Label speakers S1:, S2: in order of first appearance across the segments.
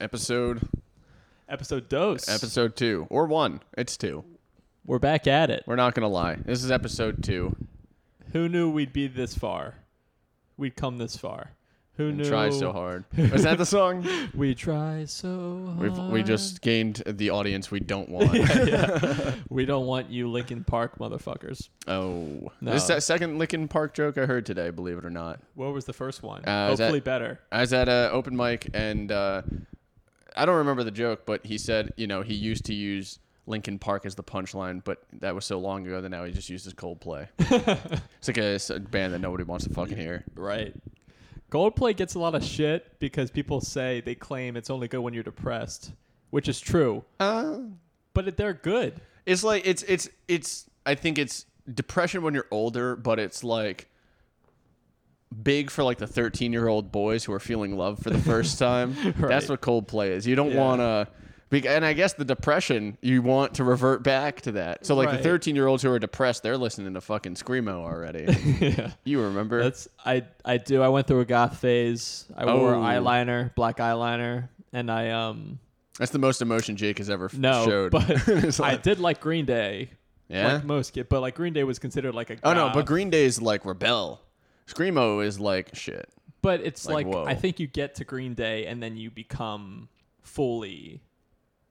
S1: episode
S2: Episode dose.
S1: episode two or one. It's two.
S2: We're back at it.
S1: We're not gonna lie. This is episode two.
S2: Who knew we'd be this far? We'd come this far. Who
S1: And
S2: knew?
S1: Try so hard. Is that the song?
S2: We try so hard.
S1: We've we just gained the audience we don't want.
S2: We don't want you, Lincoln Park motherfuckers.
S1: Oh,
S2: No.
S1: this is the second Lincoln Park joke I heard today. Believe it or not,
S2: What was the first one?
S1: Uh, is that-
S2: Hopefully better.
S1: I was at a open mic and uh, I don't remember the joke, but he said, you know, he used to use Lincoln Park as the punchline, but that was so long ago that now he just uses Coldplay. it's like a, it's a band that nobody wants to fucking hear.
S2: Right. Coldplay gets a lot of shit because people say they claim it's only good when you're depressed, which is true.
S1: Uh,
S2: But it- they're good.
S1: it's like it's it's it's. I think it's depression when you're older, but it's like big for like the 13 year old boys who are feeling love for the first time. That's
S2: Right.
S1: what Coldplay is. You don't
S2: Yeah.
S1: want to. And I guess the depression, you want to revert back to that. So, like the
S2: Right.
S1: 13 year olds who are depressed, they're listening to fucking Screamo already.
S2: yeah.
S1: you remember?
S2: That's I I do. I went through a goth phase. I wore
S1: Oh.
S2: eyeliner, black eyeliner, and I um
S1: That's the most emotion Jake has ever f-
S2: no,
S1: showed.
S2: but
S1: It's
S2: I
S1: like-
S2: did like Green Day.
S1: yeah?
S2: Like most kid, but like Green Day was considered like a
S1: oh, no.
S2: goth,
S1: But Green Day is like rebel. Screamo is like shit.
S2: but it's
S1: like,
S2: like,
S1: whoa.
S2: I think you get to Green Day and then you become fully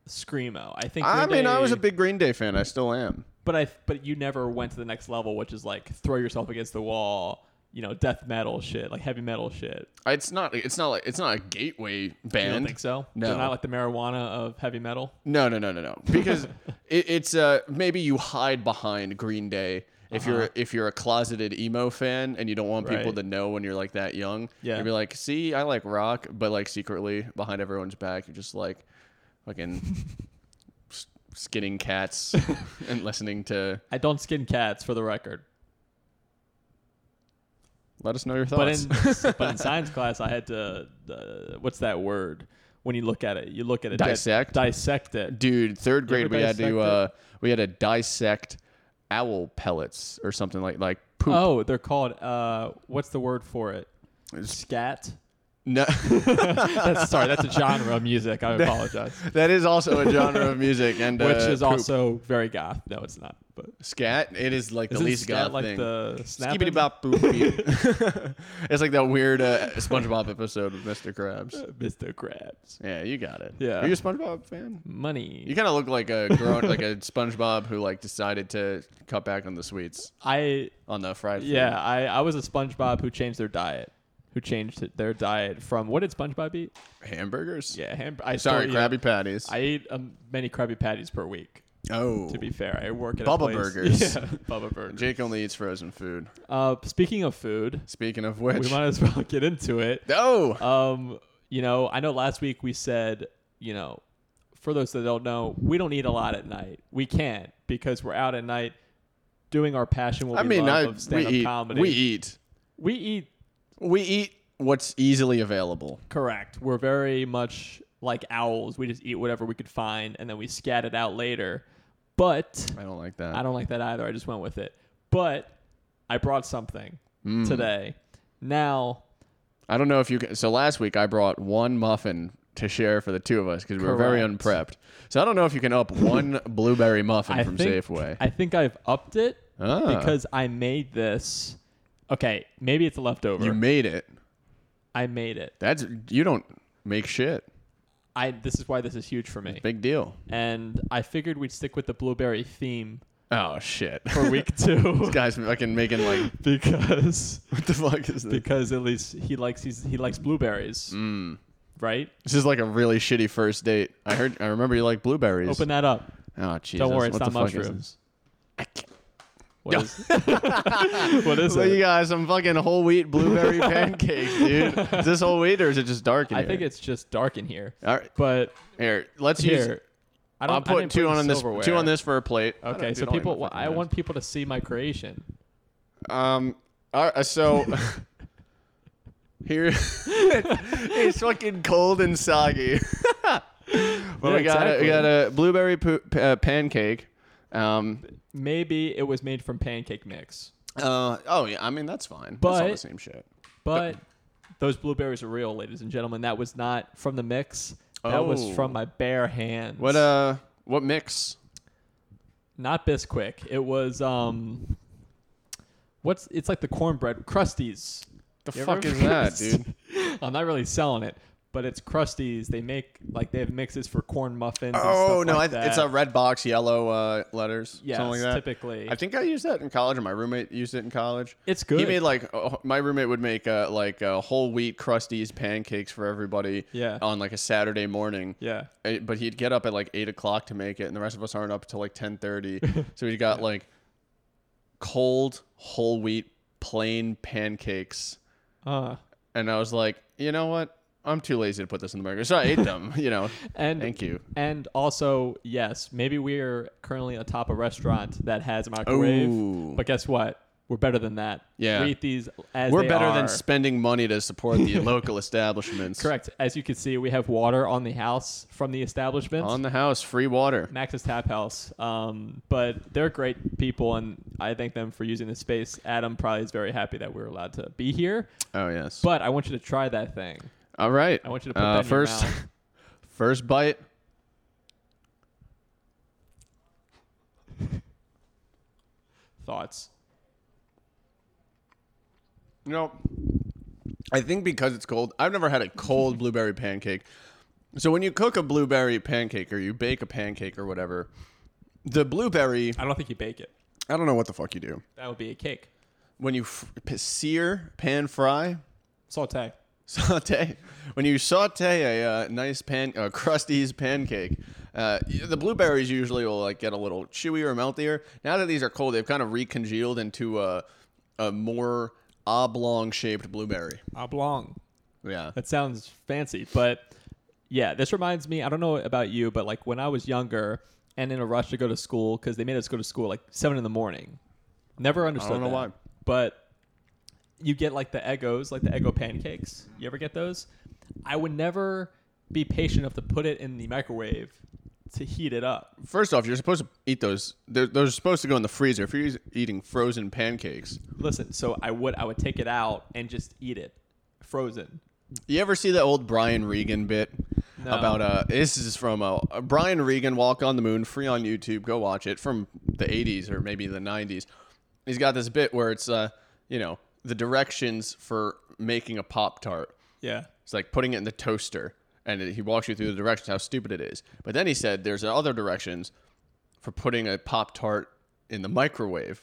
S2: screamo. I think
S1: I
S2: Green
S1: mean, I was a
S2: Day-
S1: big Green Day fan. I still am.
S2: but I but you never went to the next level, which is like throw yourself against the wall, you know, death metal shit, like heavy metal shit.
S1: It's not. It's not like it's not a gateway
S2: You
S1: band.
S2: don't think so?
S1: No.
S2: They're not like the marijuana of heavy metal.
S1: No, no, no, no, no. Because it, it's uh maybe you hide behind Green Day if you're if you're a closeted emo fan and you don't want people
S2: Uh-huh. Right.
S1: to know when you're like that young.
S2: Yeah.
S1: You'd be like, see, I like rock, but like secretly behind everyone's back, you're just like fucking s- skinning cats and listening to.
S2: I don't skin cats for the record.
S1: Let us know your
S2: But
S1: thoughts.
S2: in but in science class, I had to uh, what's that word? When you look at it, you look at it
S1: Dissect?
S2: dissect it.
S1: Dude, third
S2: You ever
S1: grade we had
S2: dissect
S1: to
S2: it?
S1: uh, we had to dissect owl pellets or something like like poop.
S2: Oh, they're called uh, what's the word for it? Scat.
S1: No.
S2: That's sorry. That's a genre of music. I apologize.
S1: That is also a genre of music, and
S2: Which
S1: uh,
S2: is
S1: poop.
S2: also very goth. No, it's not. But
S1: scat. It is like the
S2: Isn't
S1: least
S2: scat
S1: goth
S2: like
S1: thing.
S2: the snapping?
S1: Skibbity bop boop beep. It's like that weird uh, SpongeBob episode with Mr. Krabs.
S2: Mr. Krabs.
S1: Yeah, you got it.
S2: Yeah.
S1: Are you a SpongeBob fan?
S2: Money.
S1: You kind of look like a grown, like a SpongeBob who like decided to cut back on the sweets
S2: I
S1: on the fried. food.
S2: yeah, I, I was a SpongeBob who changed their diet. Who changed it- their diet from what did SpongeBob eat?
S1: hamburgers.
S2: Yeah, ham- I still
S1: Sorry,
S2: eat-
S1: Krabby Patties.
S2: I ate um, many Krabby Patties per week.
S1: oh,
S2: To be fair, I work at
S1: Bubba
S2: a place.
S1: Burgers.
S2: Yeah, Bubba Burgers.
S1: Jake only eats frozen food.
S2: Uh, speaking of food,
S1: Speaking of which,
S2: we might as well get into it.
S1: oh,
S2: Um, you know, I know last week we said, you know, for those that don't know, we don't eat a lot at night. We can't because we're out at night doing our passion. What
S1: I
S2: we
S1: mean,
S2: love
S1: I,
S2: of
S1: we
S2: stand-up
S1: eat.
S2: comedy.
S1: We eat.
S2: We eat
S1: We eat what's easily available.
S2: correct. We're very much like owls. We just eat whatever we could find and then we scat it out later. But
S1: I don't like that.
S2: I don't like that either. I just went with it. But I brought something
S1: Mm.
S2: today. Now,
S1: I don't know if you can. So last week I brought one muffin to share for the two of us because we were very
S2: Correct.
S1: unprepped. So I don't know if you can up one blueberry muffin
S2: I
S1: from
S2: think,
S1: Safeway.
S2: I think I've upped it
S1: Ah.
S2: because I made this. Okay, maybe it's a leftover.
S1: you made it.
S2: I made it.
S1: That's you don't make shit.
S2: I this is why this is huge for me.
S1: Big deal.
S2: And I figured we'd stick with the blueberry theme
S1: Oh shit.
S2: for week two
S1: Guys, fucking making like
S2: because
S1: what the fuck is this?
S2: because at least he likes he's, he likes blueberries.
S1: Mm.
S2: Right?
S1: This is like a really shitty first date. I heard. I remember you like blueberries.
S2: Open that up.
S1: oh Jesus.
S2: Don't worry, it's
S1: what
S2: not
S1: the fuck is this?
S2: mushrooms. What is, what is
S1: So
S2: it?
S1: you got some fucking whole wheat blueberry pancakes, dude. Is this whole wheat or is it just dark in
S2: I
S1: here?
S2: think it's just dark in here.
S1: All right,
S2: But
S1: here. Let's use.
S2: here, I don't,
S1: I'll
S2: I
S1: put
S2: didn't
S1: two on
S2: in
S1: this
S2: silverware.
S1: two on this for a plate. I don't-
S2: Okay,
S1: dude,
S2: so
S1: I don't even
S2: people, well,
S1: fucking
S2: I
S1: know.
S2: want people to see my creation.
S1: Um, all right, so here it's fucking cold and soggy. but we
S2: Yeah,
S1: got a, we
S2: exactly.
S1: got a blueberry poo- p- uh, pancake. Um,
S2: Maybe it was made from pancake mix,
S1: uh, oh yeah, I mean that's fine. that's all the
S2: But-
S1: same shit.
S2: but those blueberries are real, ladies and gentlemen. That was not from the mix. That was
S1: Oh.
S2: from my bare hands.
S1: What uh? What mix?
S2: Not Bisquick. It was um. What's it's like the cornbread crusties.
S1: The
S2: You
S1: fuck
S2: ever-
S1: is that, dude?
S2: I'm not really selling it, but it's crusties. They make like they have mixes for corn muffins. and
S1: Oh
S2: stuff
S1: no,
S2: like
S1: I, it's a
S2: that.
S1: red box, yellow uh, letters,
S2: yes,
S1: something like that.
S2: typically
S1: I think I used that in college, or my roommate used it in college.
S2: it's good.
S1: He made like uh, my roommate would make uh, like uh, whole wheat crusties pancakes for everybody.
S2: Yeah.
S1: On like a Saturday morning.
S2: yeah,
S1: Uh, But he'd get up at like eight o'clock to make it, and the rest of us aren't up till like ten thirty. so he got like cold whole wheat plain pancakes,
S2: uh,
S1: and I was like, you know what? I'm too lazy to put this in the microwave, so I ate them. you know.
S2: and
S1: Thank you.
S2: And also, yes, maybe we are currently atop a restaurant that has a microwave.
S1: Ooh.
S2: But guess what? We're better than that.
S1: Yeah.
S2: We eat these as
S1: We're
S2: they
S1: better
S2: are.
S1: than spending money to support the local establishments.
S2: Correct. As you can see, we have water on the house from the establishment.
S1: On the house, free water.
S2: Max's Tap House. Um, but they're great people, and I thank them for using the space. Adam probably is very happy that we're allowed to be here.
S1: Oh yes.
S2: But I want you to try that thing.
S1: All right.
S2: I want you to put
S1: Uh,
S2: that in your
S1: first.
S2: mouth.
S1: first bite.
S2: Thoughts?
S1: You know, I think because it's cold. I've never had a cold blueberry pancake. So when you cook a blueberry pancake or you bake a pancake or whatever, the blueberry.
S2: I don't think you bake it.
S1: I don't know what the fuck you do.
S2: That would be a cake.
S1: When you f- p- sear, pan fry,
S2: Saute.
S1: saute when you saute a uh, nice pan uh, crusties pancake uh, y- the blueberries usually will like get a little chewier or meltier now that these are cold they've kind of recongealed into a, a more oblong shaped blueberry
S2: Oblong.
S1: yeah
S2: That sounds fancy, but yeah, this reminds me. I don't know about you, but like when I was younger and in a rush to go to school because they made us go to school like seven in the morning. Never understood.
S1: know
S2: that.
S1: why.
S2: but you get like the Eggos, like the Eggo pancakes. You ever get those? I would never be patient enough to put it in the microwave to heat it up.
S1: first off you're supposed to eat those they're, they're supposed to go in the freezer if you're us- eating frozen pancakes
S2: Listen, so I would I would take it out and just eat it frozen.
S1: You ever see the old Brian Regan bit
S2: No.
S1: about uh? This is from uh, Brian Regan Walk on the Moon, free on YouTube. Go watch it from the '80s or maybe the '90s. He's got this bit where it's uh, you know, the directions for making a pop tart.
S2: Yeah.
S1: It's like putting it in the toaster, and it- he walks you through the directions how stupid it is. But then he said there's other directions for putting a pop tart in the microwave.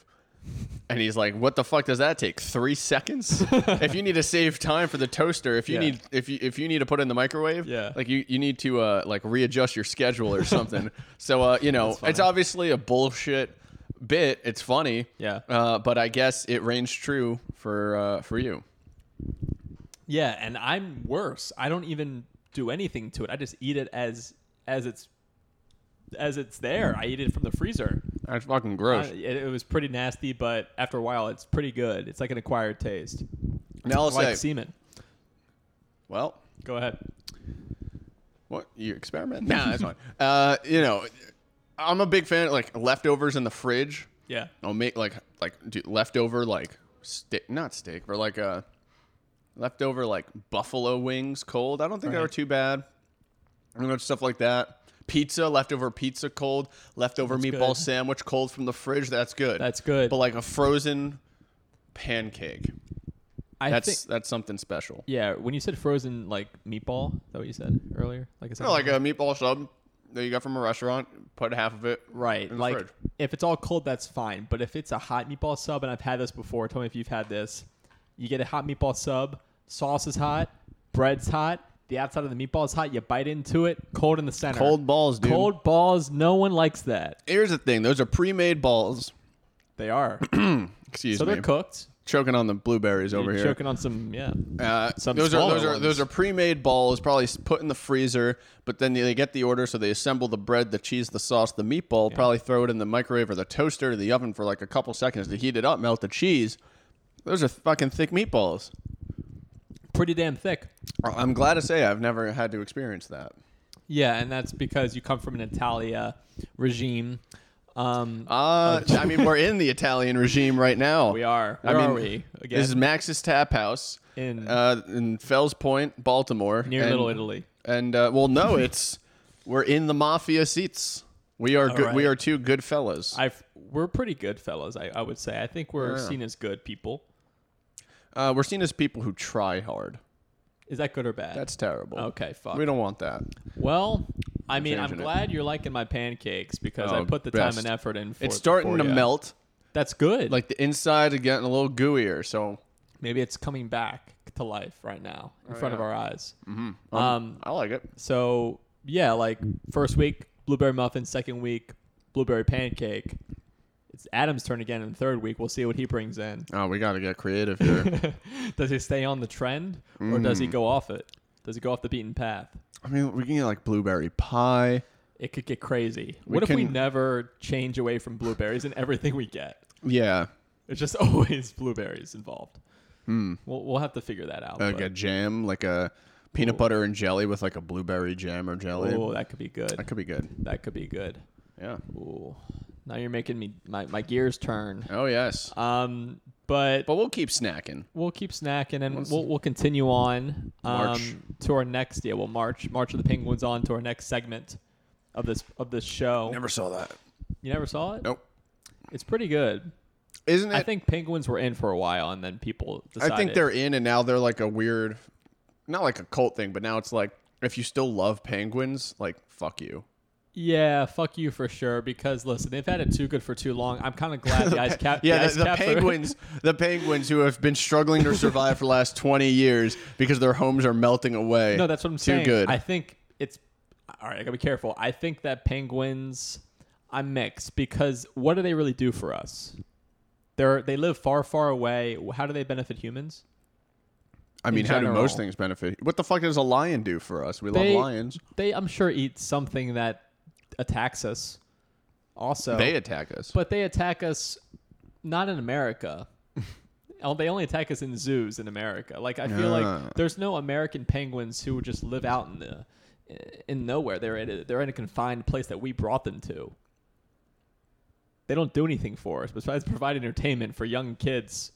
S1: And he's like, "What the fuck does that take? Three seconds? if you need to save time for the toaster, if you
S2: Yeah.
S1: need if you if you need to put it in the microwave,
S2: Yeah.
S1: like you, you need to uh, like readjust your schedule or something. so uh, you know, it's obviously a bullshit bit. It's funny,
S2: Yeah.
S1: uh, but I guess it reigns true for uh, for you.
S2: Yeah, and I'm worse. I don't even do anything to it. I just eat it as as it's as it's there. I eat it from the freezer.
S1: That's fucking gross.
S2: I- it, it was pretty nasty, but after a while, it's pretty good. It's like an acquired taste,
S1: now I'll
S2: like
S1: say,
S2: semen.
S1: well,
S2: Go ahead.
S1: What you experiment? Nah, that's fine. Uh, you know, I'm a big fan of like leftovers in the fridge.
S2: Yeah,
S1: I'll make like like do leftover like steak, not steak, but like uh leftover like buffalo wings cold. I don't think they were
S2: Right.
S1: too bad. You know, stuff like that. Pizza, leftover pizza cold, leftover meatball
S2: good.
S1: sandwich cold from the fridge. That's good.
S2: that's good.
S1: But like a frozen pancake,
S2: I
S1: that's
S2: think
S1: that's something special.
S2: yeah. When you said frozen like meatball, is that what you said earlier? Like I said,
S1: You know, like a meatball sub that you got from a restaurant. Put half of it
S2: right.
S1: in the
S2: Like
S1: fridge.
S2: if it's all cold, that's fine. But if it's a hot meatball sub, and I've had this before, tell me if you've had this. You get a hot meatball sub, sauce is hot, bread's hot, the outside of the meatball is hot. You bite into it, cold in the center.
S1: Cold balls, dude.
S2: cold balls. No one likes that.
S1: Here's the thing: those are pre-made balls.
S2: They are.
S1: Excuse
S2: so
S1: me.
S2: they're cooked.
S1: Choking on the blueberries over
S2: You're
S1: here.
S2: choking on some yeah.
S1: Uh,
S2: Some
S1: those are
S2: smaller
S1: those are those
S2: ones.
S1: are pre-made balls, probably s- put in the freezer. But then they get the order, so they assemble the bread, the cheese, the sauce, the meatball. Probably throw it in the microwave or the toaster or the oven for like a couple seconds to heat it up, melt the cheese. Those are fucking thick meatballs.
S2: Pretty damn thick.
S1: I- I'm glad to say I've never had to experience that.
S2: Yeah, and that's because you come from an Italia regime. Um,
S1: Uh, I mean, we're in the Italian regime right now.
S2: we are.
S1: I
S2: Where
S1: mean,
S2: are we again?
S1: This is Max's Tap House
S2: In-
S1: uh, in Fells Point, Baltimore,
S2: near
S1: And
S2: Little Italy.
S1: And uh, well, no, it's we're in the mafia seats. We are good. We
S2: right.
S1: are two good fellas.
S2: I've we're pretty good fellows. I, I would say. I think we're
S1: Yeah.
S2: seen as good people.
S1: Uh, we're seen as people who try hard.
S2: Is that good or bad?
S1: That's terrible.
S2: okay. Fuck.
S1: We don't want that.
S2: Well, I mean, I'm
S1: changing it.
S2: glad you're liking my pancakes because I
S1: Oh,
S2: put the
S1: best.
S2: time and effort in. For,
S1: It's starting
S2: for
S1: to
S2: ya.
S1: melt.
S2: That's good. Like
S1: Like the inside is getting a little gooier. So
S2: maybe it's coming back to life right now in front of
S1: Oh, yeah.
S2: our eyes. Mm-hmm. Um.
S1: I like it.
S2: So yeah, like first week blueberry muffin, second week blueberry pancake. It's Adam's turn again in the third week. We'll see what he brings in.
S1: Oh, we got to get creative here.
S2: does he stay on the trend or does he
S1: Mm.
S2: go off it? Does he go off the beaten path?
S1: I mean, we can get like blueberry pie.
S2: It could get crazy.
S1: We
S2: what if we
S1: can-
S2: never change away from blueberries in everything we get?
S1: Yeah.
S2: It's just always blueberries involved.
S1: Hmm.
S2: We'll, we'll have to figure that out.
S1: Like a jam, like a peanut butter and jelly with like a blueberry jam or jelly.
S2: Oh, that could be good.
S1: That could be good.
S2: That could be good.
S1: Yeah.
S2: Ooh, now you're making me my, my gears turn.
S1: Oh, yes.
S2: Um, but
S1: But we'll keep snacking.
S2: we'll keep snacking and we'll, we'll continue on um,
S1: March.
S2: to our next yeah. We'll march March of the Penguins on to our next segment of this of this show.
S1: Never saw that.
S2: you never saw it?
S1: Nope.
S2: It's pretty good.
S1: Isn't it?
S2: I think Penguins were in for a while and then people decided.
S1: I think they're in, and now they're like a weird, not like a cult thing, but now it's like if you still love penguins, like fuck you.
S2: Yeah, fuck you for sure. Because listen, they've had it too good for too long. I'm kind of glad the ice cap.
S1: Yeah,
S2: ice
S1: the, the
S2: cap-
S1: penguins, the penguins who have been struggling to survive for the last twenty years because their homes are melting away.
S2: no, that's what I'm
S1: Too
S2: saying.
S1: good.
S2: I think it's all right. I gotta be careful. I think that penguins. I'm mixed because what do they really do for us? They're they live far, far away. How do they benefit humans?
S1: I mean,
S2: in
S1: how do most
S2: general.
S1: things benefit? What the fuck does a lion do for us? We love
S2: They-
S1: lions.
S2: They, I'm sure, eat something that attacks us. Also,
S1: They attack us.
S2: but they attack us not in America. Oh, they only attack us in zoos in America. Like I feel
S1: Ah.
S2: like there's no American penguins who would just live out in the in nowhere. They're in a, they're in a confined place that we brought them to. They don't do anything for us besides provide entertainment for young kids.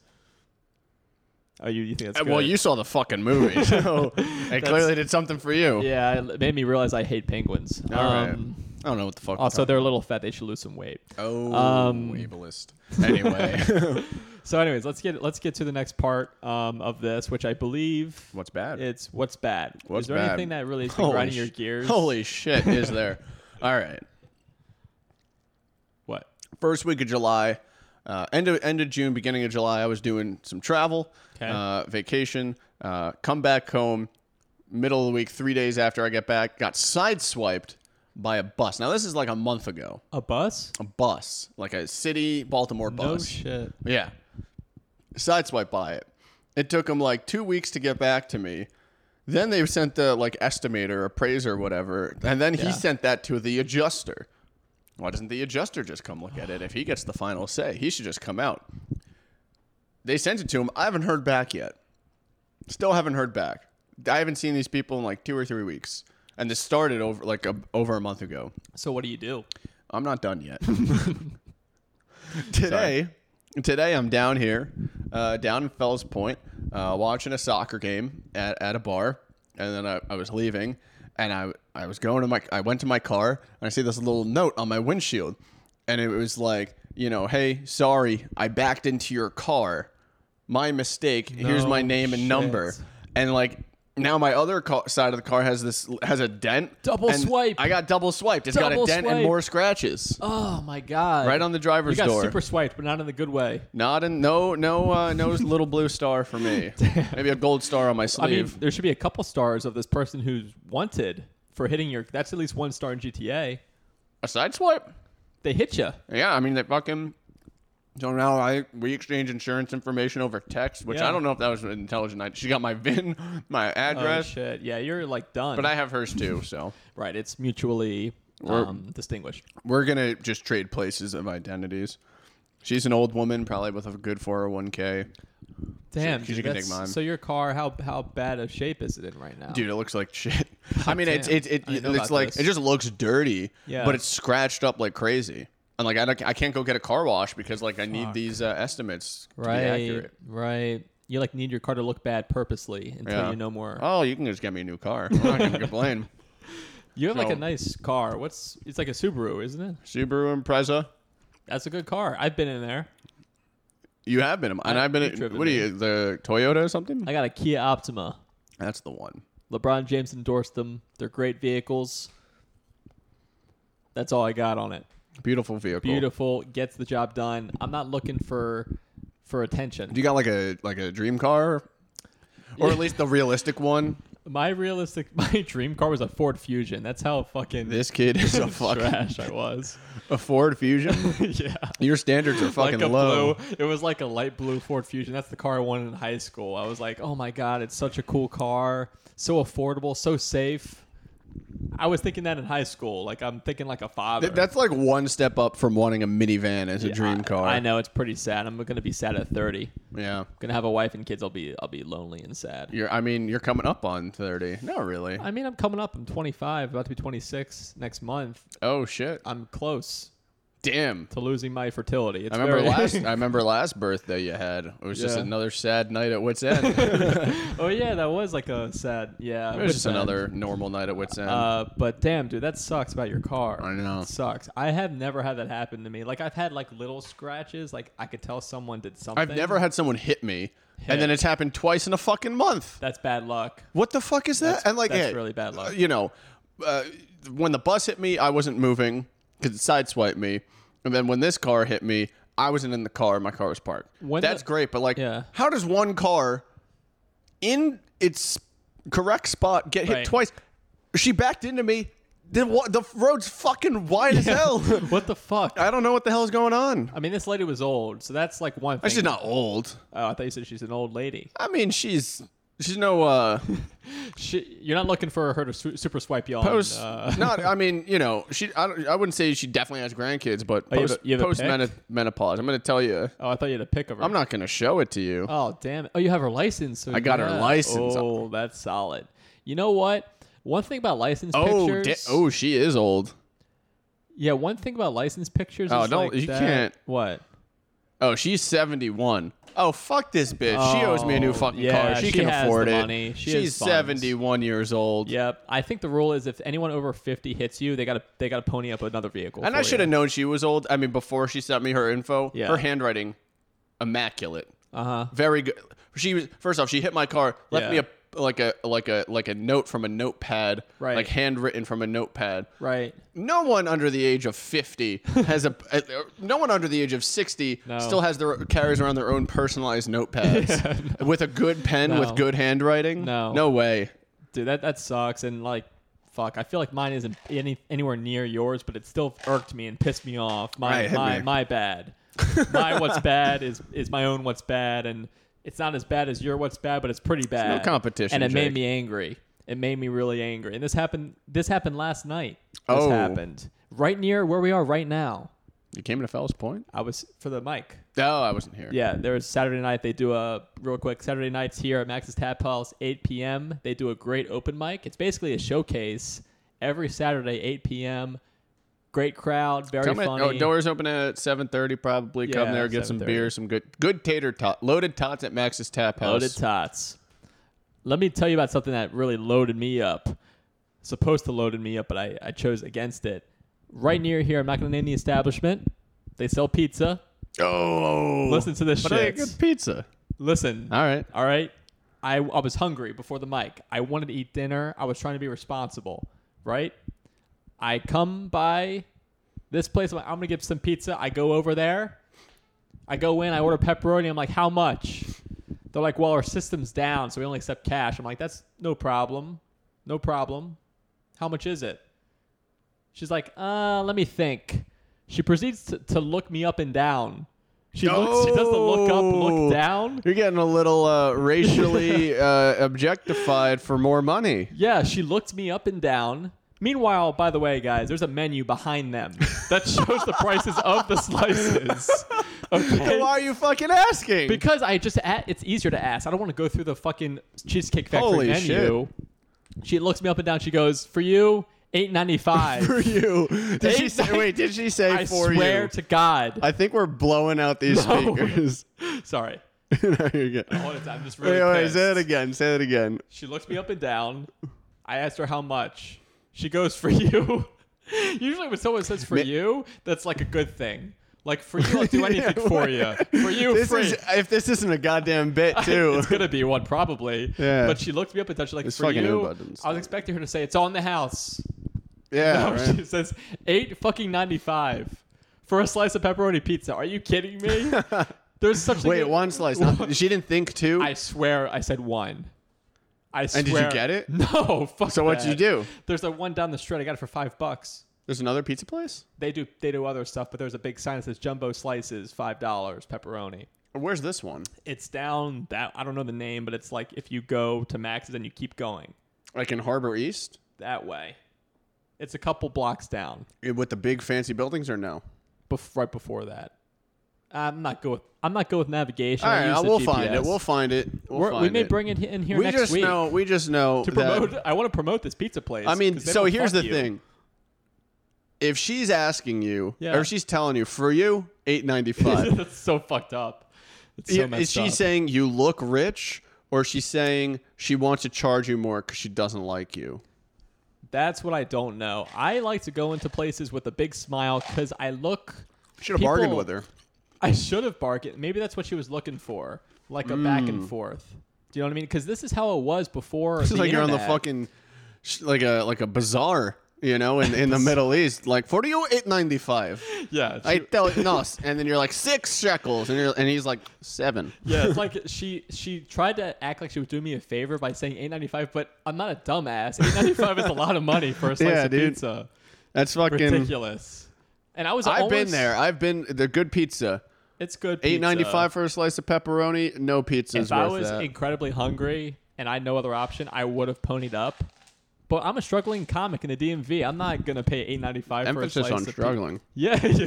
S2: Oh, you, you think that's
S1: Uh, well,
S2: good?
S1: you saw the fucking movie, so it clearly did something for you.
S2: yeah, it made me realize I hate penguins.
S1: All right.
S2: um,
S1: I don't know what the fuck. we're
S2: Also,
S1: talking-
S2: they're a little fat. They should lose some weight.
S1: oh,
S2: um,
S1: ableist. Anyway,
S2: So, anyways, let's get let's get to the next part um, of this, which I believe
S1: what's bad?
S2: It's what's bad.
S1: What's
S2: is there
S1: bad?
S2: anything that really is grinding
S1: sh-
S2: your gears?
S1: Holy shit, is there? All right.
S2: what?
S1: First week of July, uh, end of end of June, beginning of July, I was doing some travel,
S2: 'Kay.
S1: uh, vacation, uh, come back home, middle of the week, three days after I get back, got sideswiped by a bus. Now this is like a month ago.
S2: A bus?
S1: A bus, like a city Baltimore
S2: No
S1: bus.
S2: shit.
S1: Yeah. Sideswipe by it. It took them like two weeks to get back to me. Then they sent the like estimator, appraiser, whatever, and then he
S2: Yeah.
S1: sent that to the adjuster. Why doesn't the adjuster just come look at it? If he gets the final say, he should just come out. They sent it to him. I haven't heard back yet. Still haven't heard back. I haven't seen these people in like two or three weeks, and this started over like a, over a month ago.
S2: So what do you do?
S1: I'm not done yet. today, today I'm down here, uh, down in Fells Point, uh, watching a soccer game at, at a bar, and then I, I was leaving, and I I was going to my I went to my car, and I see this little note on my windshield, and it was like you know, hey, sorry, I backed into your car, my mistake. Here's my
S2: No
S1: name and
S2: shit.
S1: number, and like. Now my other car, side of the car has this has a dent.
S2: Double
S1: and
S2: swipe.
S1: I got double swiped. It's got a
S2: Double
S1: dent and
S2: swipe.
S1: more scratches.
S2: Oh my god!
S1: Right on the
S2: You
S1: driver's
S2: got
S1: door.
S2: super swiped, but not in the good way.
S1: Not in no no uh, no little blue star for me. Maybe a gold star on my
S2: I mean,
S1: sleeve.
S2: there should be a couple stars of this person who's wanted for hitting your. That's at least one star in GTA.
S1: a side swipe.
S2: They hit Oh, you.
S1: Yeah, I mean they fucking. So now I we exchange insurance information over text, which
S2: Yeah.
S1: I don't know if that was intelligent. I, she got my VIN, my
S2: Oh
S1: address,
S2: shit! Yeah, you're like done.
S1: but I have hers too. So
S2: right, it's mutually um, distinguished.
S1: we're gonna just trade places of identities. She's an old woman, probably with a good four hundred one k.
S2: Damn,
S1: she's
S2: dude,
S1: gonna
S2: that's-
S1: take mine.
S2: So your car, how how bad of shape is it in right now?
S1: Dude, it looks like shit. I mean, it's
S2: damn.
S1: it, it,
S2: I didn't know
S1: it's
S2: about
S1: like
S2: this.
S1: it just looks dirty,
S2: Yeah.
S1: but it's scratched up like crazy. And like I, don't- I can't go get a car wash because like I need these uh, estimates to be
S2: right,
S1: accurate.
S2: right. you like need your car to look bad purposely until
S1: Yeah.
S2: you know more.
S1: Oh, you can just get me a new car. I'm not gonna complain.
S2: you have like
S1: so-
S2: a nice car. What's it's like a Subaru, isn't it?
S1: Subaru Impreza.
S2: That's a good car. I've been in there.
S1: You have been, and I've been.
S2: you've driven
S1: What are you? The Toyota or something?
S2: I got a Kia Optima.
S1: That's the one.
S2: LeBron James endorsed them. They're great vehicles. That's all I got on it.
S1: Beautiful vehicle.
S2: Beautiful, gets the job done. I'm not looking for for attention.
S1: Do you got like a like a dream car, or at least the realistic one?
S2: My realistic, my dream car was a Ford Fusion. That's how fucking
S1: This kid is a fucking
S2: trash I was.
S1: a Ford Fusion.
S2: yeah,
S1: Your standards are fucking
S2: like a
S1: low.
S2: blue. It was like a light blue Ford Fusion. That's the car I wanted in high school. I was like, oh my god, it's such a cool car, so affordable, so safe. I was thinking that in high school. Like I'm thinking like a father.
S1: Th- That's like one step up from wanting a minivan as a
S2: Yeah,
S1: dream
S2: I-
S1: car.
S2: I know it's pretty sad. I'm gonna be sad at 30.
S1: Yeah,
S2: gonna have a wife and kids. I'll be I'll be lonely and sad.
S1: you're. I mean, you're coming up on thirty. Not really.
S2: I mean, I'm coming up. I'm 25, about to be 26 next month.
S1: Oh shit!
S2: I'm close
S1: Damn.
S2: to losing my fertility. It's
S1: I remember
S2: very-
S1: last. I remember last birthday you had. It was just
S2: Yeah.
S1: another sad night at Wits End. it
S2: oh yeah, that was like a sad. Yeah,
S1: was
S2: with
S1: just
S2: that.
S1: another normal night at Wits End.
S2: Uh, but damn, dude, that sucks about your car.
S1: I know.
S2: It sucks. I have never had that happen to me. Like I've had like little scratches. Like I could tell someone did something.
S1: I've never had someone hit me,
S2: Yeah.
S1: and then it's happened twice in a fucking month.
S2: That's bad luck.
S1: What the fuck is that?
S2: That's-
S1: and like,
S2: that's
S1: hey,
S2: really bad luck.
S1: uh, You know, uh, when the bus hit me, I wasn't moving because it sideswiped me, and then when this car hit me, I wasn't in the car. My car was parked.
S2: When
S1: that's
S2: the-
S1: great, but like,
S2: Yeah.
S1: how does one car in its correct spot get hit
S2: Right.
S1: twice? She backed into me. The wa- the road's fucking wide as hell.
S2: what the fuck?
S1: I don't know what the hell's going on.
S2: I mean, this lady was old, so that's like one thing.
S1: She's not old.
S2: Oh, I thought you said she's an old lady.
S1: I mean, she's she's no uh
S2: She, you're not looking for her to su- super swipe you on.
S1: post.
S2: uh,
S1: not I mean, you know, she. I, don't, I wouldn't say she definitely has grandkids, but
S2: Oh, you have a-
S1: post,
S2: you have a pic?
S1: meni- menopause. I'm gonna tell you,
S2: oh, I thought you had a pic of her.
S1: I'm not gonna show it to you.
S2: Oh, damn it. Oh, you have her license. So
S1: I got her
S2: yeah.
S1: license.
S2: Oh, that's solid. You know what? One thing about license
S1: oh, da-
S2: pictures.
S1: oh, she is old.
S2: Yeah, one thing about license pictures
S1: Oh,
S2: is
S1: don't-
S2: like
S1: you
S2: that-
S1: can't-
S2: What?
S1: Oh, she's 71. Oh, fuck this bitch. she owes me a new
S2: Oh,
S1: fucking
S2: yeah,
S1: car. She,
S2: she
S1: can
S2: has
S1: afford
S2: the
S1: it.
S2: money. She has
S1: she's
S2: funds.
S1: 71 years old.
S2: Yep. I think the rule is if anyone over 50 hits you, they got to they got to pony up another vehicle.
S1: And
S2: for
S1: I
S2: you.
S1: should have known she was old. I mean, before she sent me her info,
S2: Yeah.
S1: her handwriting, immaculate.
S2: Uh-huh.
S1: very good. She was first off. She hit my car, left
S2: Yeah.
S1: me a like a like a like a note from a notepad,
S2: Right.
S1: like handwritten from a notepad.
S2: Right.
S1: No one under the age of fifty has a. uh, no one under the age of sixty
S2: No.
S1: still has their carries around their own personalized notepads with a good pen with
S2: No.
S1: good handwriting.
S2: No.
S1: no way.
S2: Dude, that that sucks and like Fuck! I feel like mine isn't any anywhere near yours, but it still irked me and pissed me off. My
S1: Right, hit
S2: my
S1: me.
S2: my bad. my what's bad is is my own what's bad, and it's not as bad as your what's bad, but it's pretty bad.
S1: competition,
S2: and it
S1: Jake.
S2: made me angry. It made me really angry. And this happened. This happened last night. This
S1: Oh.
S2: happened right near where we are right now.
S1: You came to Fells Point?
S2: I was for the mic.
S1: No, I wasn't here.
S2: Yeah, there was Saturday night. They do a real quick Saturday nights here at Max's Tap House, 8 p.m. They do a great open mic. It's basically a showcase every Saturday, 8 p.m. Great crowd, very
S1: Come in-
S2: funny.
S1: oh, doors open at seven thirty. Probably come
S2: Yeah,
S1: there, get some
S2: 7:30.
S1: beer, some good good tater tot, loaded tots at Max's Tap House.
S2: Loaded tots. Let me tell you about something that really loaded me up. Supposed to loaded me up, but I, I chose against it. Right near here, I'm not going to name the establishment. They sell pizza.
S1: oh,
S2: Listen to this
S1: but I
S2: shit.
S1: had good pizza.
S2: Listen.
S1: All right.
S2: All right. I, I was hungry before the mic. I wanted to eat dinner. I was trying to be responsible, right? I come by this place. I'm, like, I'm going to get some pizza. I go over there. I go in. I order pepperoni. I'm like, how much? They're like, well, our system's down, so we only accept cash. I'm like, that's no problem. No problem. How much is it? She's like, uh, let me think. She proceeds to, to look me up and down. She looks. She does the look up,
S1: Oh.
S2: look down.
S1: You're getting a little uh, racially uh, objectified for more money.
S2: Yeah, she looked me up and down. Meanwhile, by the way, guys, there's a menu behind them that shows the prices of the slices.
S1: Then
S2: Okay.
S1: why are you fucking asking?
S2: Because I just a it's easier to ask. I don't want to go through the fucking cheesecake factory
S1: Holy
S2: menu. She looks me up and down. She goes, "For you, eight ninety
S1: for
S2: five.
S1: you. Did she say,
S2: They-
S1: wait, did she say
S2: I
S1: for
S2: swear
S1: you?
S2: to God.
S1: I think we're blowing out these
S2: No.
S1: speakers.
S2: Sorry.
S1: Now you're good.
S2: All the time, I'm just really
S1: Wait, wait,
S2: pissed.
S1: say that again. Say that again.
S2: She looks me up and down. I asked her how much. She goes for you. Usually, when someone says for
S1: Ma-
S2: you, that's like a good thing. Like for you, I'll do anything for you. For you,
S1: This
S2: free.
S1: is if this isn't a goddamn bit too.
S2: it's gonna be one probably.
S1: Yeah.
S2: But she looked me up and touched like
S1: It's
S2: for
S1: fucking
S2: you.
S1: Uber buttons.
S2: I was expecting her to say it's on the house.
S1: yeah.
S2: No,
S1: right.
S2: she says eight fucking ninety five for a slice of pepperoni pizza. Are you kidding me? There's such a
S1: Wait,
S2: good-
S1: one slice. Not, she didn't think two.
S2: I swear I said wine. I swear.
S1: did you get it?
S2: No, fuck.
S1: So what'd
S2: that.
S1: you do?
S2: There's a one down the street. I got it for five bucks.
S1: There's another pizza place.
S2: They do they do other stuff, but there's a big sign that says jumbo slices, five dollars, pepperoni.
S1: Or Where's this one?
S2: It's down that I don't know the name, but it's like if you go to Max's and you keep going
S1: Like in Harbor East,
S2: that way, it's a couple blocks down,
S1: Eh, with the big fancy buildings, or no?
S2: bef- right before that. I'm not good. With, I'm not good with navigation.
S1: All
S2: I
S1: right,
S2: use
S1: uh,
S2: the
S1: we'll
S2: GPS.
S1: find it. We'll find it. We'll
S2: We're-
S1: find
S2: we may
S1: it.
S2: bring it he- in here
S1: We
S2: next
S1: just
S2: week
S1: know. We just know
S2: to
S1: that-
S2: promote. I want to promote this pizza place.
S1: I mean,
S2: 'cause they
S1: so
S2: will
S1: here's
S2: fuck
S1: the
S2: you.
S1: thing. If she's asking you,
S2: Yeah.
S1: or if she's telling you, for you, eight ninety five.
S2: That's so fucked up. It's so messed
S1: Is she
S2: up.
S1: saying you look rich, or is she saying she wants to charge you more because she doesn't like you?
S2: That's what I don't know. I like to go into places with a big smile because I look.
S1: Should have bargained
S2: People-
S1: with her.
S2: I should have bargained. Maybe that's what she was looking for, like a back
S1: Mm.
S2: and forth. Do you know what I mean? Because this is how it was before.
S1: It's
S2: the
S1: like you're on the
S2: internet.
S1: fucking sh- like a like a bazaar, you know, in, in the Middle East. Like forty eight ninety five.
S2: Yeah,
S1: I
S2: she-
S1: tell no, and then you're like six shekels, and you're and he's like seven.
S2: yeah. It's like she she tried to act like she was doing me a favor by saying eight ninety five, but I'm not a dumbass. Eight ninety five is a lot of money for a slice
S1: Yeah,
S2: of
S1: dude.
S2: pizza.
S1: That's fucking.
S2: Ridiculous. And I was.
S1: I've been
S2: almost-
S1: there. I've been the good pizza.
S2: It's good. pizza.
S1: Eight ninety five for a slice of pepperoni. No pizza is
S2: if I
S1: worth
S2: was
S1: that.
S2: incredibly hungry and I had no other option, I would have ponied up. But I'm a struggling comic in the DMV. I'm not gonna pay eight ninety five for a
S1: Emphasis
S2: slice
S1: on
S2: of
S1: struggling.
S2: pizza. Yeah,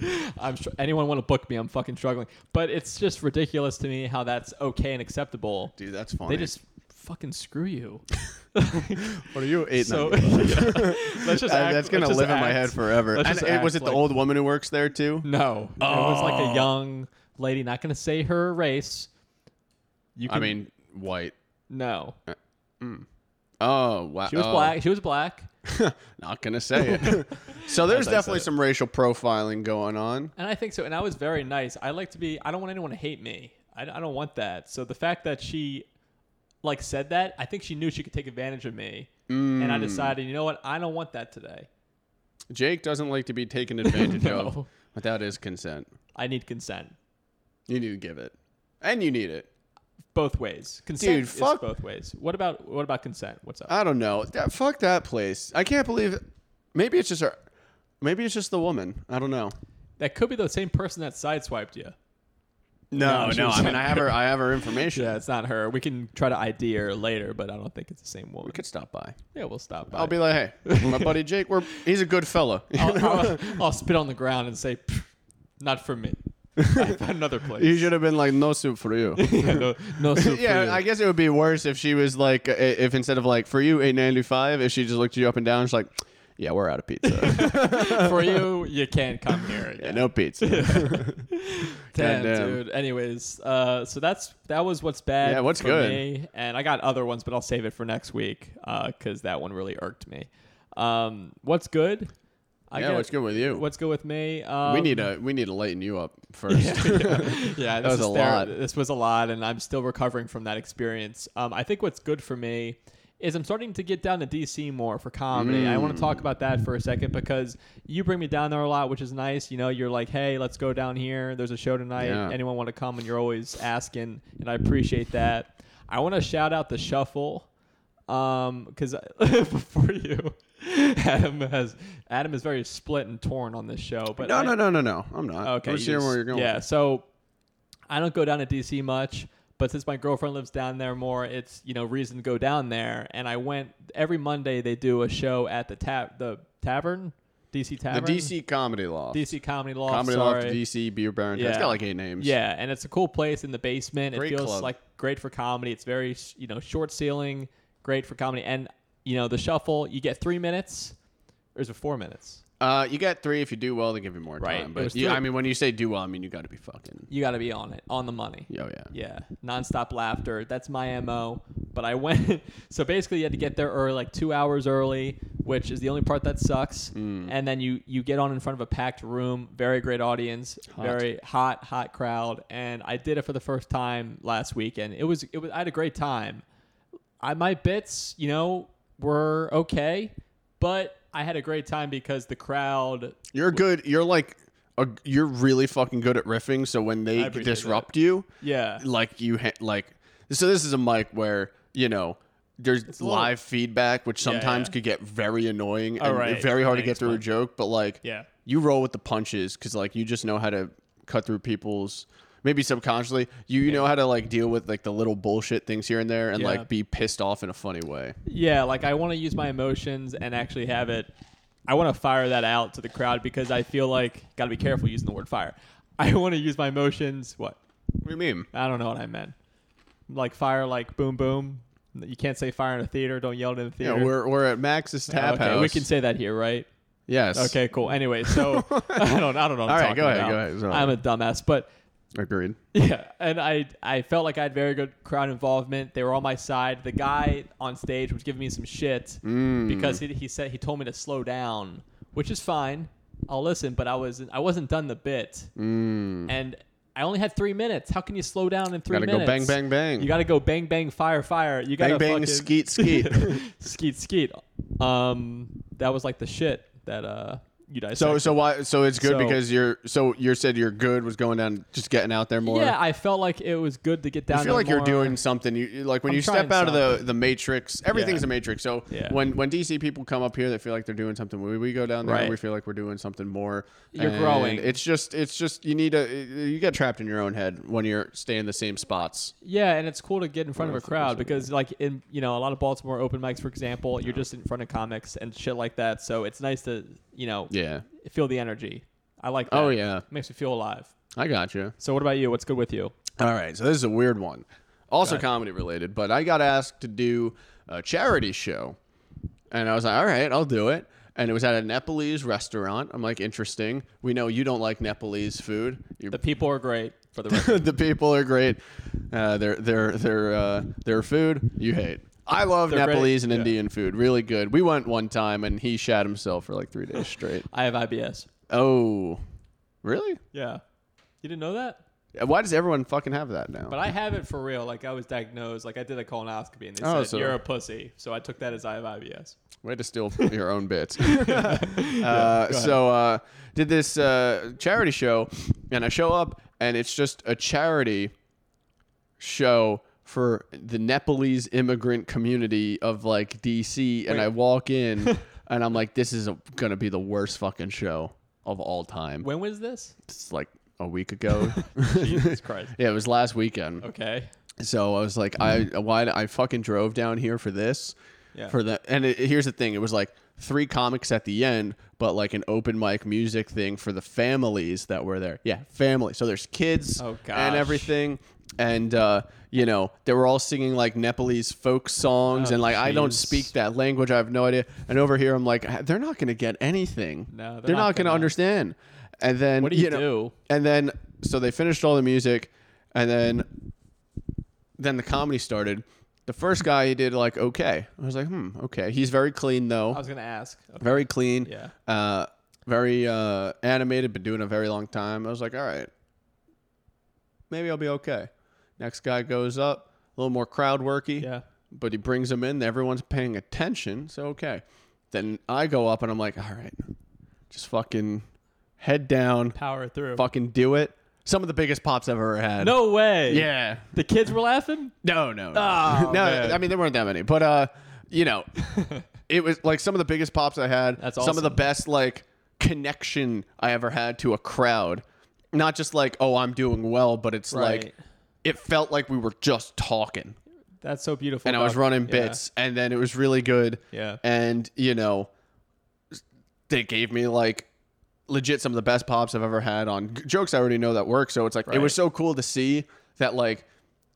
S2: yeah. I'm str- anyone want to book me? I'm fucking struggling. But it's just ridiculous to me how that's okay and acceptable.
S1: Dude, that's funny.
S2: They just fucking screw you.
S1: what are you eight
S2: So
S1: ninety five?
S2: let's just act,
S1: Uh, That's gonna
S2: let's just
S1: live in my
S2: act-
S1: head forever.
S2: let's
S1: And
S2: just
S1: it, was it
S2: act
S1: the
S2: like-
S1: old woman who works there too?
S2: No, it was like a young lady. Not gonna say her race. You can,
S1: I mean, white.
S2: no.
S1: Oh wow.
S2: She was
S1: Oh.
S2: black. She was black.
S1: Not gonna say it. so there's
S2: As I
S1: definitely
S2: said it.
S1: some racial profiling going on.
S2: And I think so. And I was very nice. I like to be. I don't want anyone to hate me. I, I don't want that. So the fact that she, like, said that, I think she knew she could take advantage of me. And I
S1: Mm.
S2: decided, you know what? I don't want that today.
S1: Jake doesn't like to be taken advantage
S2: No.
S1: of without his consent.
S2: I need consent
S1: You need to give it, and you need it.
S2: both ways. Consent
S1: Dude,
S2: is
S1: fuck-
S2: both ways. What about what about consent? What's up?
S1: I don't know. That, fuck that place. I can't believe. Maybe it's just her. Maybe it's just the woman. I don't know.
S2: that could be the same person that sideswiped you.
S1: No,
S2: No, she
S1: no.
S2: was
S1: I mean,
S2: not
S1: I have her. I have her information.
S2: Yeah, it's not her. We can try to ID her later, but I don't think it's the same woman.
S1: We could stop by.
S2: yeah, we'll stop. By.
S1: I'll be like, hey, my buddy Jake. We're he's a good fella.
S2: I'll, I'll- I'll spit on the ground and say, "Pfft, not for me. I found another place.
S1: you should have been like, no soup for you.
S2: yeah, no, no soup for you.
S1: Yeah, I guess it would be worse if she was like, uh, if instead of like for you eight ninety five, if she just looked you up and down, she's like, yeah, we're out of pizza.
S2: for you, you can't come here.
S1: yeah,
S2: Again.
S1: no pizza.
S2: Damn,
S1: Goddamn.
S2: dude. Anyways, uh, so that's that was what's bad.
S1: Yeah, what's
S2: for
S1: good?
S2: me, and I got other ones, but I'll save it for next week because that one really irked me. Um, what's good? I
S1: yeah,
S2: got-
S1: what's good with you?
S2: What's good with me? Um,
S1: we need to we need to lighten you up first.
S2: yeah,
S1: That
S2: this
S1: was
S2: is
S1: a
S2: ther-
S1: lot.
S2: This was a lot, and I'm still recovering from that experience. Um, I think what's good for me is I'm starting to get down to DC more for comedy. I want to
S1: Mm.
S2: talk about that for a second because you bring me down there a lot, which is nice. You know, you're like, hey, let's go down here. There's a show tonight.
S1: Yeah.
S2: Anyone want to come? And you're always asking, and I appreciate that. I want to shout out the Shuffle um because before you adam has adam is very split and torn on this show but
S1: no,
S2: I-
S1: no, no, no, no. I'm not.
S2: Okay.
S1: I'm
S2: you
S1: just hearing
S2: just-
S1: where you're going.
S2: Yeah. So I don't go down to DC much, but since my girlfriend lives down there more, it's you know reason to go down there. And I went every Monday. They do a show at the tap the tavern, DC
S1: The
S2: tavern,
S1: DC Comedy Loft.
S2: DC Comedy Loft.
S1: Comedy
S2: sorry.
S1: Loft, DC Beer Baron. It's
S2: Yeah.
S1: got like eight names.
S2: Yeah, and it's a cool place in the basement.
S1: Great
S2: it feels
S1: club.
S2: like great for comedy. It's very you know short ceiling, great for comedy. And you know the shuffle, you get three minutes, or is it four minutes?
S1: Uh, you get three if you do well. They give you more
S2: Right.
S1: time.
S2: It was
S1: But you,
S2: three.
S1: I mean, when you say do well, I mean you got to be fucking.
S2: You got to be on it, on the money.
S1: Oh yeah.
S2: Yeah, nonstop laughter. That's my mo. But I went. so basically, you had to get there early, like two hours early, which is the only part that sucks. And then you you get on in front of a packed room, very great audience, very hot, hot crowd. And I did it for the first time last week, and it was it was I had a great time. I my bits, you know, were okay, but I had a great time because the crowd
S1: You're good. You're like, a, you're really fucking good at riffing. So when
S2: I
S1: they
S2: appreciate
S1: disrupt you,
S2: Yeah.
S1: like you ha- like. So this is a mic where you know there's
S2: little-
S1: live feedback, which
S2: Yeah,
S1: sometimes
S2: yeah.
S1: could get very annoying
S2: Oh,
S1: and
S2: right.
S1: very hard
S2: I
S1: to get through a
S2: explain.
S1: joke. But like,
S2: Yeah.
S1: you roll with the punches because like you just know how to cut through people's. Maybe subconsciously, you, you know how to like deal with like the little bullshit things here and there, and
S2: Yeah.
S1: like be pissed off in a funny way.
S2: Yeah, like I want to use my emotions and actually have it. I want to fire that out to the crowd because I feel like got to be careful using the word fire. I want to use my emotions. What?
S1: What do you mean?
S2: I don't know what I meant. Like fire, like boom, boom. You can't say fire in a theater. Don't yell it in the
S1: Yeah,
S2: theater.
S1: we're, we're at Max's Tap
S2: Oh, okay,
S1: House.
S2: we can say that here, right?
S1: yes.
S2: Okay, cool. Anyway, so I don't, I don't know.
S1: All
S2: What I'm
S1: right,
S2: talking
S1: go ahead,
S2: about.
S1: go ahead. Sorry.
S2: I'm a dumbass, but
S1: Agreed.
S2: Yeah, and I I felt like I had very good crowd involvement. They were on my side. The guy on stage was giving me some shit
S1: Mm.
S2: because he, he said he told me to slow down, which is fine. I'll listen, but I was I wasn't done the bit, and I only had three minutes. How can you slow down in 3
S1: Mm. Gotta go bang,
S2: minutes?
S1: bang, bang.
S2: You gotta go bang bang fire fire. You gotta
S1: Bang, bang,
S2: fucking-
S1: skeet, skeet.
S2: skeet skeet. Um, that was like the shit that uh you guys.
S1: So so why so it's good
S2: So-
S1: because you're so you said you're good was going down just getting out there more.
S2: yeah, I felt like it was good to get down.
S1: I feel
S2: there
S1: like you're
S2: more.
S1: doing something. You- You like when
S2: I'm
S1: you step
S2: trying
S1: out of the the matrix. Everything's
S2: Yeah.
S1: a matrix. So
S2: Yeah.
S1: when when DC people come up here, they feel like they're doing something. We, we go down there,
S2: Right.
S1: we feel like we're doing something more.
S2: You're
S1: And
S2: growing.
S1: It's just it's just you need a you get trapped in your own head when you're staying in the same spots.
S2: Yeah, and it's cool to get in front of a
S1: Well, that's
S2: crowd
S1: awesome,
S2: because, like, in you know, a lot of Baltimore open mics, for example, you're just in front of comics and shit like that. So it's nice to you know
S1: Yeah.
S2: feel the energy. I like. that.
S1: Oh, yeah.
S2: makes me feel alive.
S1: I got you.
S2: So what about you? What's good with you?
S1: All right, so this is a weird one, also
S2: Got it.
S1: comedy related. But I got asked to do a charity show, and I was like, "All right, I'll do it." And it was at a Nepalese restaurant. I'm like, "Interesting. We know you don't like Nepalese food. You're
S2: The people are great for the record.
S1: the people are great. Uh, their their their uh, their food you hate. I love
S2: They're great.
S1: Nepalese and
S2: Yeah.
S1: Indian food. Really good. We went one time, and he shat himself for like three days straight.
S2: I have IBS.
S1: oh, really?
S2: Yeah, you didn't know that,
S1: Why does everyone fucking have that now?
S2: but I have it for real. Like I was diagnosed. Like I did a colonoscopy and they
S1: Oh,
S2: said
S1: so-
S2: you're a pussy. So I took that as I have IBS.
S1: Way to steal your own bits. uh, so uh, did this uh, charity show, and I show up, and it's just a charity show for the Nepalese immigrant community of like DC, and I walk in, and I'm like, this is a, gonna be the worst fucking show of all time.
S2: When was this?
S1: It's like a week ago.
S2: Jesus Christ.
S1: yeah, it was last weekend.
S2: Okay.
S1: So I was like, I why I fucking drove down here for this,
S2: Mm-hmm. Yeah.
S1: for the and it, here's the thing, it was like three comics at the end, but like an open mic music thing for the families that were there. Yeah, family. So there's kids
S2: Oh, gosh.
S1: and everything, and uh, you know they were all singing like Nepalese folk songs,
S2: Oh,
S1: and like I don't
S2: jeez.
S1: speak that language, I have no idea. And over here, I'm like, they're not gonna get anything.
S2: No, they're
S1: they're
S2: not
S1: not, gonna,
S2: gonna.
S1: understand. And then
S2: What do you,
S1: know,
S2: do?
S1: and then so they finished all the music and then then the comedy started the first guy he did like okay i was like hmm okay he's very clean though
S2: I was gonna ask. Okay.
S1: very clean
S2: Yeah.
S1: uh very uh animated but doing a very long time i was like all right maybe i'll be okay next guy goes up a little more crowd worky
S2: Yeah.
S1: but he brings them in. Everyone's paying attention, so okay. Then I go up and I'm like, all right, just fucking head down,
S2: Power through.
S1: fucking do it. Some of the biggest pops I've ever had.
S2: No way.
S1: Yeah.
S2: The kids were laughing?
S1: No, no. No,
S2: Oh,
S1: no
S2: man.
S1: I mean, there weren't that many, but, uh, you know, it was like some of the biggest pops I had.
S2: That's
S1: Some of the
S2: awesome.
S1: best, like, connection I ever had to a crowd. Not just like, oh, I'm doing well, but it's
S2: Right.
S1: like, it felt like we were just talking.
S2: That's so beautiful.
S1: and I was
S2: about-
S1: running
S2: yeah.
S1: bits, and then it was really good.
S2: Yeah.
S1: And you know, they gave me like legit some of the best pops I've ever had on g- jokes I already know that work. So it's like it
S2: Right.
S1: was so cool to see that like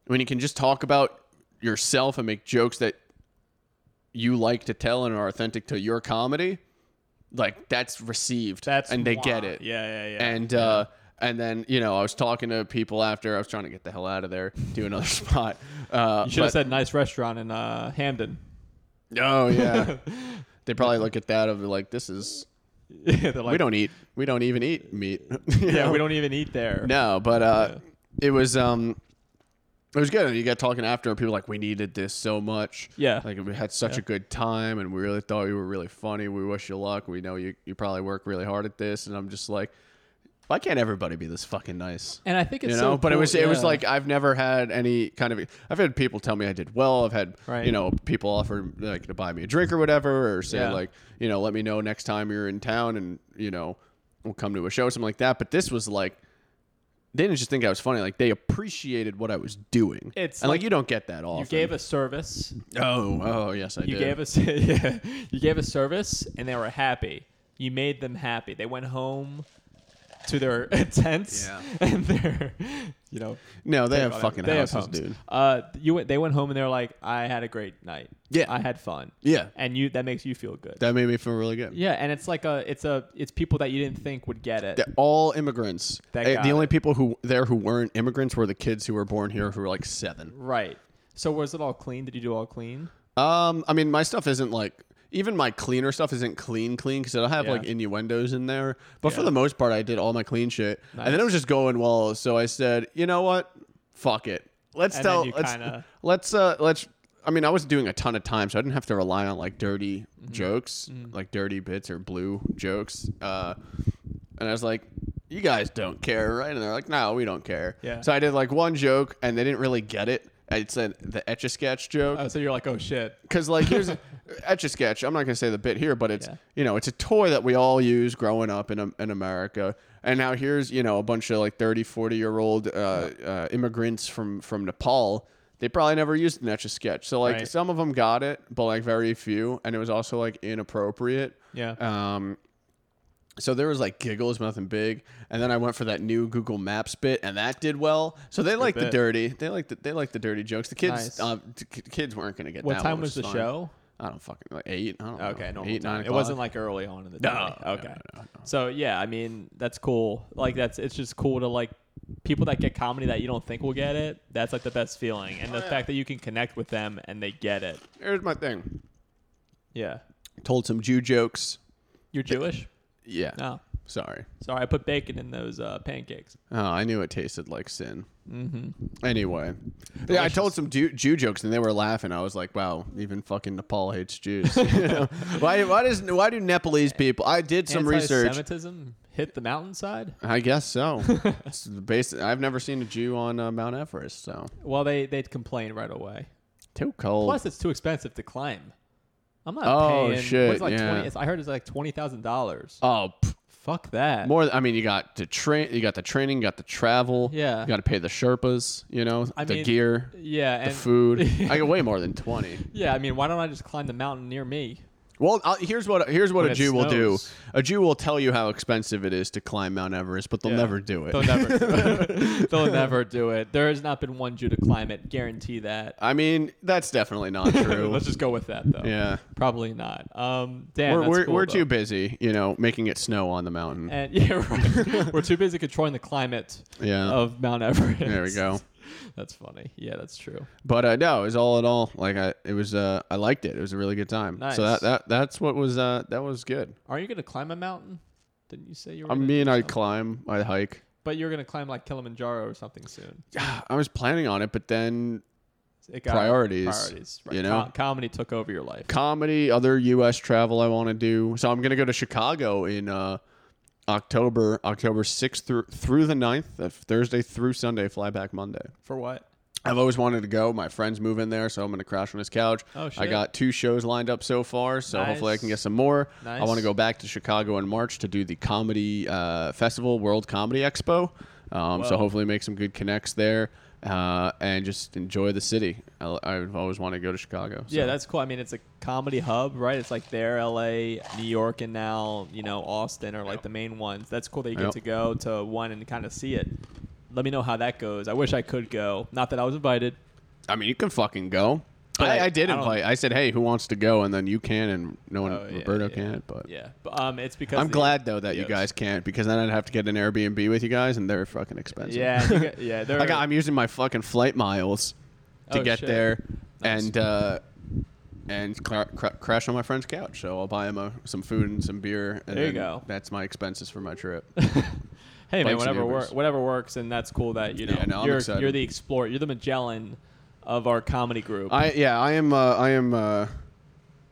S1: when you can just talk about yourself and make jokes that you like to tell and are authentic to your comedy. like that's received
S2: That's
S1: and they
S2: why.
S1: get it
S2: Yeah, yeah, yeah.
S1: and uh and then you know i was talking to people after i was trying to get the hell out of there to another spot uh
S2: you should
S1: but-
S2: have said nice restaurant in uh, Hamden.
S1: oh yeah they probably look at that of like this is
S2: They're like,
S1: we don't eat we don't even eat meat
S2: Yeah, we don't even eat there.
S1: No, but uh, it was um, it was good. You got talking after, and people were like we needed this so much.
S2: Yeah.
S1: like we had such a good time, and we really thought you were really funny. We wish you luck. We know you you probably work really hard at this, and I'm just like, why can't everybody be this fucking nice?
S2: And I think it's
S1: you know,
S2: so
S1: but it
S2: cool-
S1: was it was
S2: yeah.
S1: like I've never had any kind of. I've had people tell me I did well. I've had
S2: Right.
S1: you know people offer like to buy me a drink or whatever, or say
S2: Yeah.
S1: like you know let me know next time you're in town and you know we'll come to a show or something like that. But this was like they didn't just think I was funny; like they appreciated what I was doing.
S2: It's
S1: and like,
S2: like-
S1: you don't get that often.
S2: you gave a service.
S1: oh oh yes I
S2: You
S1: did.
S2: gave us yeah, you gave us service and they were happy. You made them happy. They went home to their tents
S1: Yeah.
S2: and their you know
S1: no, they have
S2: whatever.
S1: fucking
S2: They have
S1: houses,
S2: homes.
S1: dude.
S2: Uh you went they went home and they were like, I had a great night.
S1: Yeah.
S2: I had fun.
S1: Yeah,
S2: And you that makes you feel good.
S1: that made me feel really good.
S2: yeah, and it's like a it's a it's people that you didn't think would get it.
S1: They're all immigrants.
S2: That
S1: Eh,
S2: got
S1: the only
S2: it.
S1: people who there who weren't immigrants were the kids who were born here who were like seven.
S2: Right. So was it all clean? Did you do all clean?
S1: Um, I mean, my stuff isn't like even my cleaner stuff isn't clean clean because it'll have
S2: Yeah.
S1: like innuendos in there. But for
S2: Yeah.
S1: the most part, I did all my clean shit, and then it was just going well. So I said, you know what, fuck it. Let's
S2: And then
S1: tell.
S2: you
S1: let's
S2: kinda-
S1: let's uh let's. I mean, I was doing a ton of time, so I didn't have to rely on like dirty
S2: Mm-hmm.
S1: jokes, like dirty bits or blue jokes. Uh, and I was like, "You guys don't care, right?" And they're like, "No, we don't care."
S2: Yeah.
S1: So I did like one joke, and they didn't really get it. It's an the etch a sketch joke
S2: Oh, so you're like, oh shit.
S1: because like here's etch a sketch. I'm not gonna say the bit here, but it's
S2: Yeah.
S1: you know it's a toy that we all use growing up in um, in America. And now here's you know a bunch of like 30, 40 year old uh, uh, immigrants from from Nepal. They probably never used an etch a sketch. So like
S2: Right.
S1: some of them got it, but like very few, and it was also like inappropriate.
S2: Yeah.
S1: Um, so there was like giggles, nothing big, and then I went for that new Google Maps bit, and that did well. So they like the
S2: bit.
S1: dirty, they like the, they like the dirty jokes. The kids,
S2: Nice.
S1: uh, t- k- kids weren't gonna get.
S2: what
S1: that
S2: time
S1: one,
S2: was the
S1: which is fine.
S2: show?
S1: I don't fucking like eight. I don't
S2: Okay,
S1: know,
S2: normal
S1: eight nine.
S2: time. It wasn't like early on in the day.
S1: No, no,
S2: okay. So yeah, I mean that's cool. Like that's it's just cool to like people that get comedy that you don't think will get it. That's like the best feeling,
S1: Oh,
S2: and the fact that you can connect with them and they get it.
S1: Here's my thing.
S2: Yeah.
S1: Told some Jew jokes.
S2: You're Jewish?
S1: Yeah.
S2: No.
S1: Sorry.
S2: Sorry, I put bacon in those uh, pancakes.
S1: Oh, I knew it tasted like sin. Mm-hmm. Anyway, yeah, I told some Jew, Jew jokes and they were laughing. I was like, "Wow, even fucking Nepal hates Jews." You know? why? Why does? Why do Nepalese people? I did some research.
S2: Anti-Semitism hit the mountainside.
S1: I guess so. it's the base. I've never seen a Jew on uh, Mount Everest, so
S2: Well, they they'd complain right away.
S1: too cold.
S2: Plus, it's too expensive to climb. I'm not
S1: Oh,
S2: paying.
S1: shit,
S2: what's it, like
S1: yeah.
S2: 20, it's- I heard it's like twenty thousand dollars.
S1: oh, pff,
S2: Fuck that.
S1: more. I mean, you got the train. You got the training. You got the travel.
S2: Yeah.
S1: You got to pay the Sherpas. You know
S2: I
S1: the
S2: mean,
S1: gear,
S2: Yeah, and
S1: the food. I get way more than twenty.
S2: Yeah, I mean, why don't I just climb the mountain near me?
S1: Well, I'll, here's what here's what
S2: When
S1: a
S2: it
S1: Jew will do.
S2: snows.
S1: A Jew will tell you how expensive it is to climb Mount Everest, but they'll
S2: Yeah.
S1: never do it.
S2: They'll never, do it. they'll never do it. There has not been one Jew to climb it. Guarantee that.
S1: I mean, that's definitely not true.
S2: Let's just go with that, though.
S1: yeah,
S2: probably not. Um, damn,
S1: we're
S2: that's
S1: we're,
S2: cool,
S1: we're
S2: though. Eh.
S1: too busy, you know, making it snow on the mountain.
S2: And yeah, right. we're too busy controlling the climate
S1: yeah,
S2: of Mount Everest.
S1: there we go.
S2: That's funny. Yeah, that's true.
S1: But uh, no, it was all in all. Like I, it was. Uh, I liked it. It was a really good time.
S2: Nice.
S1: So that, that that's what was. Uh, that was good.
S2: Are you gonna climb a mountain? Didn't you say you were?
S1: I
S2: gonna
S1: mean,
S2: do
S1: I
S2: something?
S1: climb, I hike.
S2: But you're gonna climb like Kilimanjaro or something soon.
S1: I was planning on it, but then
S2: It got
S1: Priorities,
S2: Priorities. Right.
S1: you know?
S2: Com- comedy took over your life.
S1: comedy, other U.S. travel I want to do. So I'm gonna go to Chicago in uh, October, October sixth through through the 9th, uh, Thursday through Sunday. Fly back Monday.
S2: For what?
S1: I've always wanted to go. My friends move in there, so I'm gonna crash on his couch.
S2: Oh,
S1: I
S2: shit.
S1: got two shows lined up so far, so hopefully I can
S2: Nice.
S1: get some more. I
S2: Nice.
S1: want to go back to Chicago in March to do the comedy uh, festival, World Comedy Expo. Um, so
S2: Wow.
S1: hopefully make some good connects there uh, and just enjoy the city. I, I've always wanted to go to Chicago. so.
S2: Yeah, that's cool. I mean, it's a comedy hub, right? It's like there, LA, New York, and now, you know, Austin are like the main ones. That's cool that you get
S1: Yep.
S2: to go to one and kind of see it. Let me know how that goes. I wish I could go. Not that I was invited.
S1: I mean, you can fucking go.
S2: But
S1: I, I did
S2: don't-
S1: invite. I, said, "Hey, who wants to go?" And then you can, and no one,
S2: Oh, yeah,
S1: Roberto
S2: yeah.
S1: can't. But
S2: Yeah, but um, it's because
S1: I'm
S2: the-
S1: glad though that you
S2: Yes.
S1: guys can't because then I'd have to get an Airbnb with you guys, and they're fucking expensive.
S2: Yeah, you got- yeah. They're,
S1: Like I'm using my fucking flight miles to
S2: Oh,
S1: get
S2: shit.
S1: there
S2: Nice.
S1: and uh, and cra- cra- crash on my friend's couch. So I'll buy him a, some food and some beer. And
S2: There you
S1: then
S2: go.
S1: That's my expenses for my trip.
S2: hey man,
S1: Bikes and
S2: whatever
S1: Ubers.
S2: works, whatever works, and that's cool that you know
S1: Yeah, no, I'm
S2: you're
S1: excited.
S2: you're the explorer, you're the Magellan of our comedy group.
S1: I yeah, I am. Uh, I am. Uh,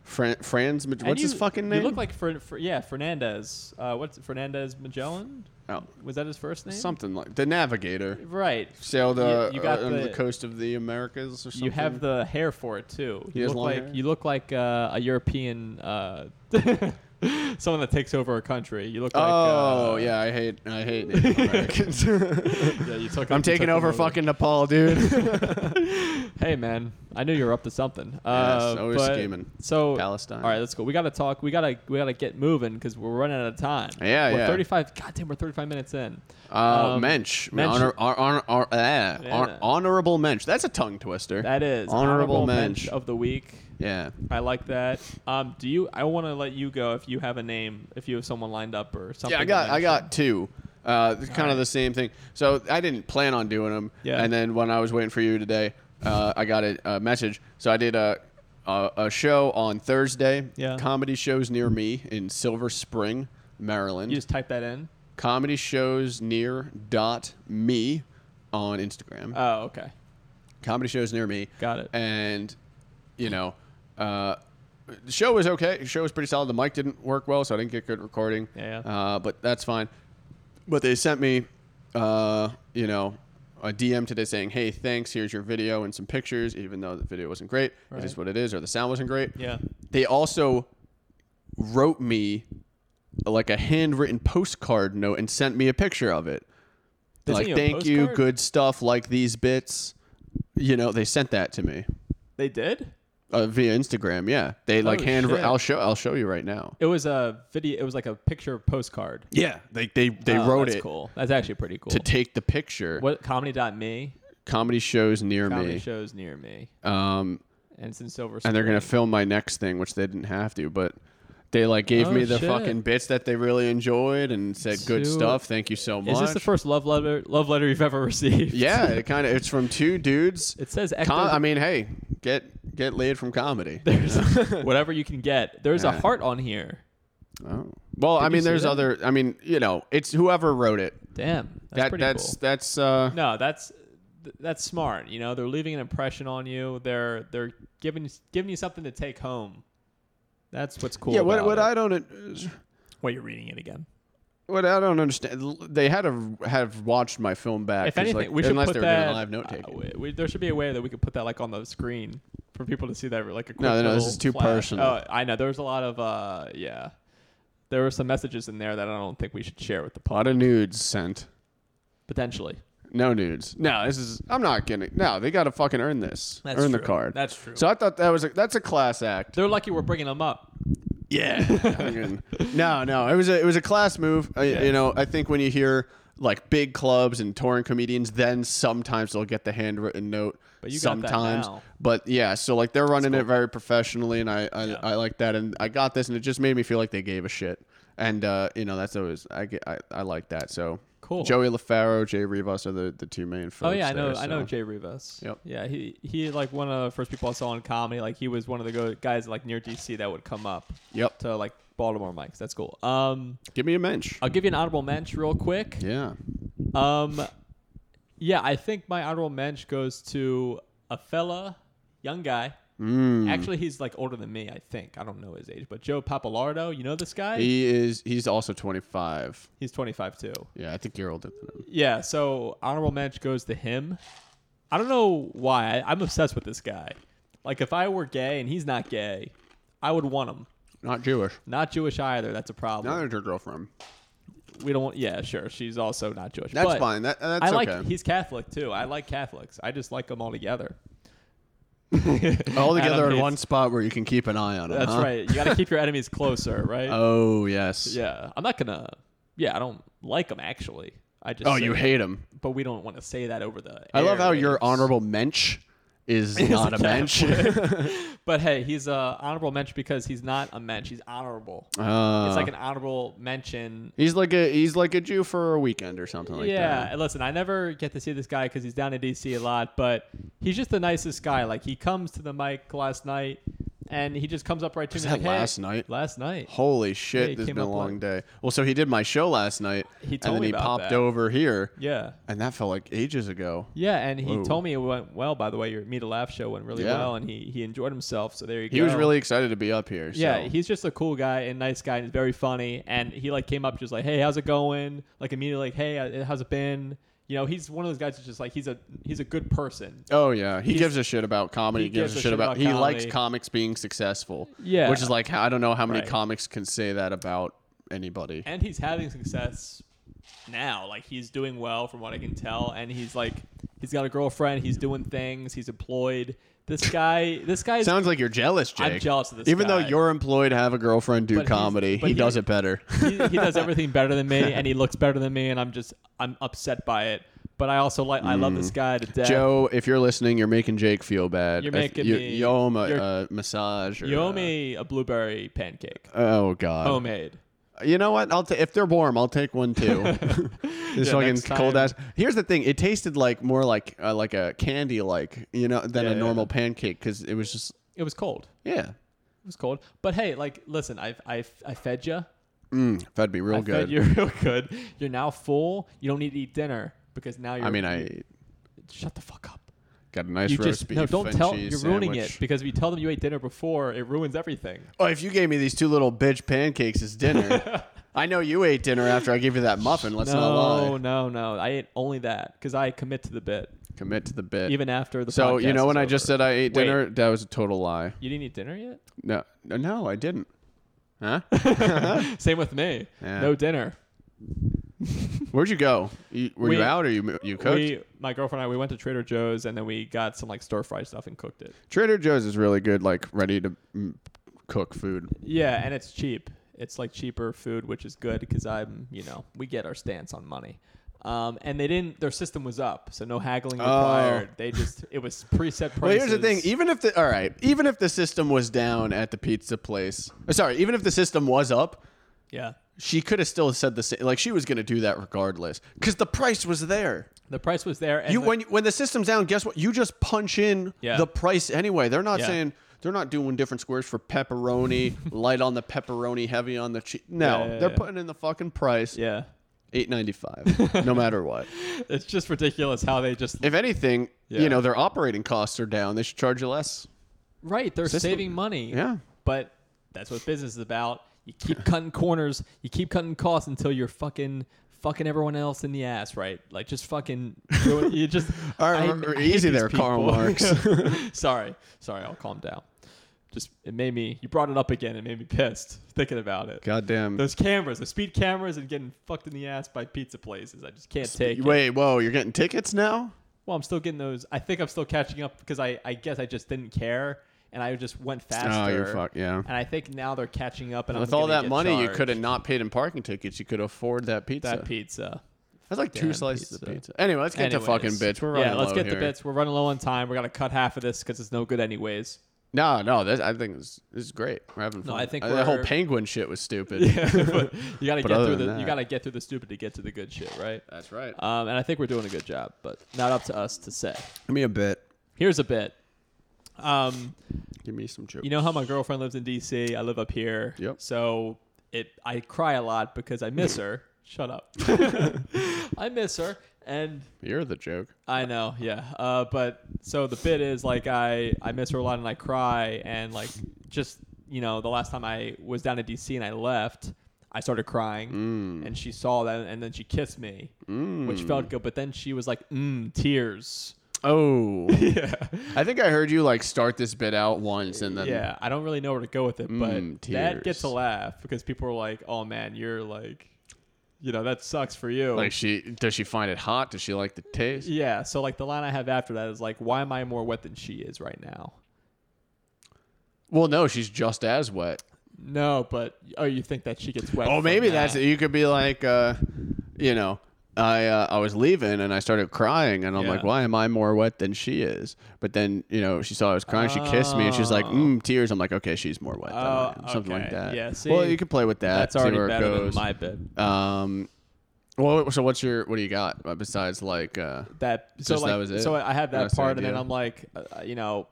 S1: Fran- Franz, Maj-
S2: And
S1: what's his
S2: you-
S1: fucking name?
S2: You look like Fer, Fer- yeah Fernandez. Uh, what's Fernandez Magellan?
S1: oh,
S2: Was that his first name?
S1: something like the Navigator.
S2: Right.
S1: Sailed
S2: You-
S1: uh,
S2: you got
S1: on the,
S2: the-
S1: coast of the Americas or something.
S2: You have the hair for it too.
S1: He
S2: you
S1: has
S2: look
S1: long
S2: like
S1: hair?
S2: you look like uh, a European uh, someone that takes over a country. You look like
S1: Oh
S2: uh,
S1: yeah, I hate I hate Native Americans.
S2: yeah. You took.
S1: I'm
S2: you
S1: taking
S2: took
S1: over
S2: them
S1: fucking Nepal, dude.
S2: Hey man, I knew you were up to something.
S1: Yes,
S2: Uh,
S1: always
S2: but-
S1: scheming.
S2: So
S1: Palestine.
S2: All right, let's go. We gotta talk. We gotta we gotta get moving because we're running out of time.
S1: Yeah,
S2: we're
S1: yeah.
S2: 35. God damn, we're 35 minutes in.
S1: Uh,
S2: Um,
S1: Mensch,
S2: Mensch.
S1: Honor, hon- hon- hon- eh, hon-
S2: Yeah.
S1: honorable Mensch. That's a tongue twister.
S2: That is
S1: Honorable
S2: mensch
S1: mensch.
S2: of the week.
S1: yeah.
S2: I like that. Um, do you? I want to let you go if you have a name, if you have someone lined up or something.
S1: Yeah, I
S2: to
S1: got I
S2: mention.
S1: got two. Uh, it's kind
S2: right.
S1: of the same thing. So I didn't plan on doing them.
S2: Yeah.
S1: And then when I was waiting for you today, uh, I got a, a message. So I did a, a a show on Thursday.
S2: Yeah.
S1: Comedy shows near me in Silver Spring, Maryland.
S2: You just type that in.
S1: comedy shows near dot me on Instagram.
S2: Oh, okay,
S1: comedy shows near me.
S2: got it.
S1: And you know, uh, the show was okay. The show was pretty solid. The mic didn't work well, so I didn't get good recording.
S2: Yeah, yeah.
S1: Uh, but that's fine. But they sent me, uh, you know, a DM today saying, "Hey, thanks. Here's your video and some pictures." Even though the video wasn't great,
S2: Right.
S1: it is what it is, or the sound wasn't great.
S2: Yeah.
S1: They also wrote me like a handwritten postcard note and sent me a picture of it.
S2: They
S1: like,
S2: sent you a
S1: thank you,
S2: postcard?
S1: good stuff. Like these bits, you know, they sent that to me
S2: They did.
S1: uh, via Instagram. Yeah, they like
S2: Oh,
S1: hand.
S2: shit.
S1: I'll show. I'll show you right now.
S2: It was a video. It was like a picture postcard.
S1: Yeah, they they they
S2: Oh,
S1: wrote
S2: that's
S1: it
S2: Cool. That's actually pretty cool.
S1: to take the picture.
S2: what comedy.me?
S1: comedy shows near
S2: Comedy
S1: me?
S2: shows near me,
S1: Um,
S2: and it's in Silver.
S1: and they're gonna
S2: Spring.
S1: film my next thing, which they didn't have to, but. They like gave
S2: Oh,
S1: me the
S2: shit.
S1: fucking bits that they really enjoyed and said good
S2: Two-
S1: stuff. Thank you so much.
S2: Is this the first love letter love letter you've ever received?
S1: Yeah, it kind of it's from two dudes.
S2: It says ecto-
S1: Com- I mean, hey, get get laid from comedy.
S2: there's whatever you can get. There's a
S1: Yeah.
S2: heart on here.
S1: Oh. Well, I
S2: you
S1: mean,
S2: see
S1: there's
S2: that?
S1: other. I mean, you know, it's whoever wrote it.
S2: Damn, that's
S1: That
S2: pretty
S1: that's
S2: cool.
S1: that's uh,
S2: No, that's th- that's smart. You know, they're leaving an impression on you. They're they're giving giving you something to take home. That's what's cool.
S1: yeah. What
S2: about
S1: what
S2: it.
S1: I don't
S2: Wait, you're reading it again.
S1: what I don't understand. They had to have watched my film back.
S2: If
S1: 'cause,
S2: anything,
S1: like,
S2: we should
S1: unless
S2: put
S1: they were
S2: that.
S1: doing live note
S2: uh,
S1: taking.
S2: we- we- there should be a way that we could put that like on the screen for people to see that like a quick
S1: No, no, this
S2: little
S1: is too
S2: flash.
S1: personal.
S2: Oh, I know. There was a lot of uh, yeah. There were some messages in there that I don't think we should share with the
S1: Lot
S2: pod
S1: of nudes sent.
S2: potentially.
S1: No nudes. No, this is. I'm not getting. No, they got to fucking earn this.
S2: That's
S1: earn the
S2: true.
S1: card.
S2: That's true.
S1: So I thought that was a, that's a class act.
S2: They're lucky we're bringing them up.
S1: Yeah. no, no. It was a it was a class move. I,
S2: Yeah.
S1: You know, I think when you hear like big clubs and touring comedians, then sometimes they'll get the handwritten note.
S2: But you got that
S1: sometimes,
S2: now.
S1: but yeah. So like they're running it very professionally, and I I,
S2: Yeah.
S1: I like that, and I got this, and it just made me feel like they gave a shit. And uh, you know that's always I get I, I like that so
S2: Cool.
S1: Joey LaFaro Jay Rivas are the, the two main folks
S2: Oh yeah, I know.
S1: there,
S2: I know
S1: so.
S2: Jay Rivas.
S1: Yep.
S2: Yeah, he he like one of the first people I saw in comedy. Like he was one of the go- guys like near DC that would come up
S1: yep
S2: to like Baltimore mics. That's cool. Um,
S1: give me a mensch
S2: I'll give you an honorable mensch real quick.
S1: yeah
S2: Um, yeah, I think my honorable mensch goes to a fella, young guy.
S1: Mm.
S2: Actually, he's like older than me. I think I don't know his age, but Joe Papalardo. You know this guy?
S1: he is he's also 25
S2: he's 25 too.
S1: yeah I think you're older than him
S2: Yeah, so honorable mention goes to him. I don't know why. I, I'm obsessed with this guy. Like, if I were gay and he's not gay, I would want him.
S1: not Jewish
S2: Not Jewish either. That's a problem.
S1: Not your girlfriend.
S2: We don't want. Yeah, sure. She's also not Jewish.
S1: That's
S2: but
S1: fine. That, that's
S2: I like.
S1: okay.
S2: He's Catholic too. I like Catholics. I just like them all together.
S1: All
S2: Adam
S1: together in
S2: hates-
S1: one spot where you can keep an eye on him.
S2: That's
S1: huh?
S2: right. You got to keep your enemies closer, right?
S1: Uh-huh. Oh yes.
S2: yeah. I'm not gonna. Yeah, I don't like them actually. I just.
S1: Oh,
S2: say
S1: you
S2: that,
S1: hate him.
S2: But we don't want to say that over the.
S1: I love how your
S2: airwaves.
S1: honorable mensch is not a mensch.
S2: but hey, he's a honorable mensch because he's not a mensch. He's honorable.
S1: Uh,
S2: it's like an honorable mention.
S1: he's like a he's like a Jew for a weekend or something like
S2: yeah,
S1: that.
S2: and listen, I never get to see this guy because he's down in DC a lot, but he's just the nicest guy. Like he comes to the mic last night, and he just comes up right to
S1: Was
S2: me.
S1: that
S2: like, "Hey,"
S1: last night?
S2: Last night.
S1: Holy shit!
S2: Yeah, he
S1: this has
S2: came
S1: been a
S2: up
S1: long
S2: like-
S1: day. Well, so he did my show last night,
S2: He
S1: and
S2: told
S1: then
S2: me
S1: he
S2: about
S1: popped
S2: that.
S1: over here,
S2: Yeah.
S1: and that felt like ages ago.
S2: Yeah, and he
S1: Whoa.
S2: told me it went well. By the way, your meet a laugh show went really
S1: Yeah.
S2: well, and he he enjoyed himself. So there you
S1: He
S2: go.
S1: was really excited to be up here. So.
S2: Yeah, he's just a cool guy and nice guy and he's very funny. And he like came up just like, hey, how's it going? Like immediately like, hey, uh, how's it been? You know, he's one of those guys that's just like he's a he's a good person.
S1: Oh yeah, he
S2: He's-
S1: gives a shit about comedy. He gives, a shit about, he likes
S2: comedy.
S1: comics being successful.
S2: Yeah.
S1: which is like I don't know how many
S2: Right.
S1: comics can say that about anybody.
S2: And he's having success now. Like he's doing well from what I can tell. And he's like he's got a girlfriend, he's doing things, he's employed. This guy this guy is
S1: Sounds like you're jealous, Jake.
S2: I'm jealous of this
S1: Even though
S2: guy.
S1: you're employed, have a girlfriend, do
S2: But he's-
S1: comedy, he,
S2: but he-
S1: does it better.
S2: he, he does everything better than me and he looks better than me and I'm just I'm upset by it. But I also like I love this guy to death.
S1: Mm. Joe, if you're listening, you're making Jake feel bad.
S2: You're
S1: If
S2: making
S1: you,
S2: me-
S1: you owe him a,
S2: you're-
S1: a massage. Or,
S2: You owe
S1: uh,
S2: me a blueberry pancake.
S1: oh God.
S2: Homemade.
S1: You know what? I'll ta- if they're warm, I'll take one too. this
S2: Yeah,
S1: fucking
S2: next time.
S1: cold ass. Here's the thing: it tasted like more like uh, like a candy, like you know, than
S2: Yeah,
S1: a
S2: yeah.
S1: normal pancake because it was just
S2: It was cold.
S1: yeah.
S2: It was cold. But hey, like, listen, I I, I fed you.
S1: Mm, that'd be real
S2: I
S1: good.
S2: fed you real good. You're now full. You don't need to eat dinner because now you're.
S1: I mean, I
S2: shut the fuck up.
S1: got a nice
S2: you
S1: roast
S2: just
S1: beef.
S2: no. Don't
S1: and
S2: tell.
S1: cheese
S2: You're ruining
S1: sandwich.
S2: it because if you tell them you ate dinner before, it ruins everything.
S1: Oh, if you gave me these two little bitch pancakes as dinner, I know you ate dinner after I gave you that muffin. Let's not
S2: no,
S1: lie.
S2: no, no. I ate only that because I commit to the bit
S1: Commit to the bit.
S2: even after the.
S1: so you
S2: podcast
S1: know
S2: is
S1: when I just
S2: over.
S1: said I ate
S2: Wait.
S1: dinner, that was a total lie.
S2: you didn't eat dinner yet.
S1: No, no, no I didn't. Huh?
S2: Same with me.
S1: Yeah.
S2: No dinner.
S1: Where'd you go? You, were you
S2: We-
S1: out or you you cooked?
S2: We, my girlfriend and I, we went to Trader Joe's and then we got some like stir fry stuff and cooked it.
S1: Trader Joe's is really good, like ready to mm, cook food.
S2: Yeah, and it's cheap. It's like cheaper food, which is good because I'm, you know, we get our stance on money. Um, and they didn't. Their system was up, so no haggling
S1: Oh.
S2: required. They just it was preset prices.
S1: Well, here's the thing. E Even if the all right, even if the system was down at the pizza place, uh, sorry, even if the system was up,
S2: yeah,
S1: she could have still said the same. Like she was going to do that regardless, because the price was there.
S2: the price was there. And
S1: You
S2: the-
S1: when when the system's down, guess what? You just punch in
S2: Yeah.
S1: the price anyway. They're not
S2: Yeah.
S1: saying they're not doing different squares for pepperoni, light on the pepperoni, heavy on the cheese. No,
S2: Yeah, yeah,
S1: they're
S2: yeah.
S1: putting in the fucking price,
S2: yeah,
S1: eight ninety five, no matter what.
S2: it's just ridiculous how they just
S1: If anything,
S2: Yeah.
S1: you know their operating costs are down. They should charge you less.
S2: right. They're
S1: System-
S2: saving money.
S1: Yeah.
S2: but that's what business is about. You keep cutting corners. You keep cutting costs until you're fucking fucking everyone else in the ass, right? Like just fucking doing, you just
S1: All right,
S2: I-
S1: r- r-
S2: I hate
S1: easy
S2: these
S1: there, Karl
S2: people.
S1: Marx.
S2: sorry, sorry. I'll calm down. Just it made me. You brought it up again. It made me pissed thinking about it.
S1: Goddamn.
S2: Those cameras, the speed cameras, and getting fucked in the ass by pizza places. I just can't take it.
S1: Wait, whoa! You're getting tickets now?
S2: Well, I'm still getting those. I think I'm still catching up because I, I guess I just didn't care and I just went faster.
S1: Oh, you're fuck- yeah.
S2: And I think now they're catching up. And
S1: With
S2: I'm
S1: all
S2: gonna
S1: that
S2: get
S1: money you
S2: charged.
S1: could have not paid in parking tickets, you could afford that pizza.
S2: that pizza.
S1: That's like two
S2: Damn
S1: slices of
S2: pizza.
S1: pizza. Anyway, let's get to
S2: Anyways.
S1: fucking bits. We're running
S2: yeah. Let's
S1: low
S2: get
S1: here.
S2: the bits. We're running low on time. We're gonna cut half of this because it's no good anyways.
S1: No, no, this, I think this, this is great. We're having fun. Uh,
S2: I think
S1: that whole
S2: we're-
S1: penguin shit was stupid.
S2: Yeah, but you gotta get
S1: other
S2: through the
S1: than
S2: you
S1: that-
S2: gotta get through the stupid to get to the good shit, right?
S1: That's right.
S2: Um, and I think we're doing a good job, but not up to us to say.
S1: Give me a bit.
S2: Here's a bit. Um,
S1: Give me some jokes.
S2: you know how my girlfriend lives in DC. I live up here.
S1: Yep.
S2: So it, I cry a lot because I miss her. Shut up. I miss her, and
S1: You're the joke.
S2: I know, yeah. Uh, but so the bit is like I I miss her a lot and I cry and like just you know the last time I was down in DC and I left, I started crying and she saw that and then she kissed me, which felt good. But then she was like, mm, tears.
S1: Oh,
S2: Yeah,
S1: I think I heard you like start this bit out once and then.
S2: yeah. I don't really know where to go with it,
S1: Mm,
S2: but that gets
S1: tears.
S2: a laugh because people are like, oh man, you're like, you know, that sucks for you.
S1: Like she does she find it hot? Does she like the taste?
S2: yeah. So like the line I have after that is like, why am I more wet than she is right now?
S1: Well, no, she's just as wet.
S2: No, but oh, you think that she gets wet?
S1: Oh,
S2: from
S1: maybe
S2: that.
S1: that's it. You could be like, uh, you know, I uh, I was leaving and I started crying and I'm
S2: Yeah.
S1: like, why am I more wet than she is? But then you know she saw I was crying, she kissed me and she's like, mm, tears. I'm like, okay, she's more wet than I am,
S2: Oh,
S1: something like
S2: okay.
S1: that.
S2: Yeah,
S1: well,
S2: see,
S1: you can play with that.
S2: That's
S1: see
S2: already
S1: where it
S2: better than
S1: goes.
S2: my bit.
S1: Um, well, so what's your what do you got uh, besides like uh,
S2: that so
S1: Just
S2: like
S1: that was it?
S2: so I had that
S1: That's the
S2: part and then
S1: idea.
S2: I'm like uh, you know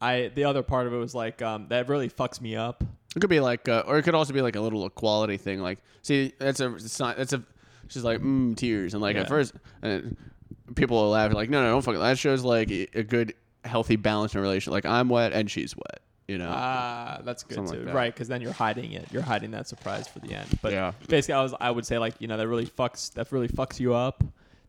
S2: I the other part of it was like um that really fucks me up
S1: It could be like, uh, or it could also be like a little equality thing. Like, see, that's a sign. That's a. She's like, mm, tears, and like
S2: Yeah.
S1: at first, uh, people are laughing. Like, no, no, don't fucking. That shows like a a good, healthy balance in a relationship. Like, I'm wet and she's wet. You know.
S2: ah that's good
S1: Something
S2: too
S1: like that.
S2: right because then you're hiding it you're hiding that surprise for the end but
S1: Yeah.
S2: basically I was I would say like you know that really fucks that really fucks you up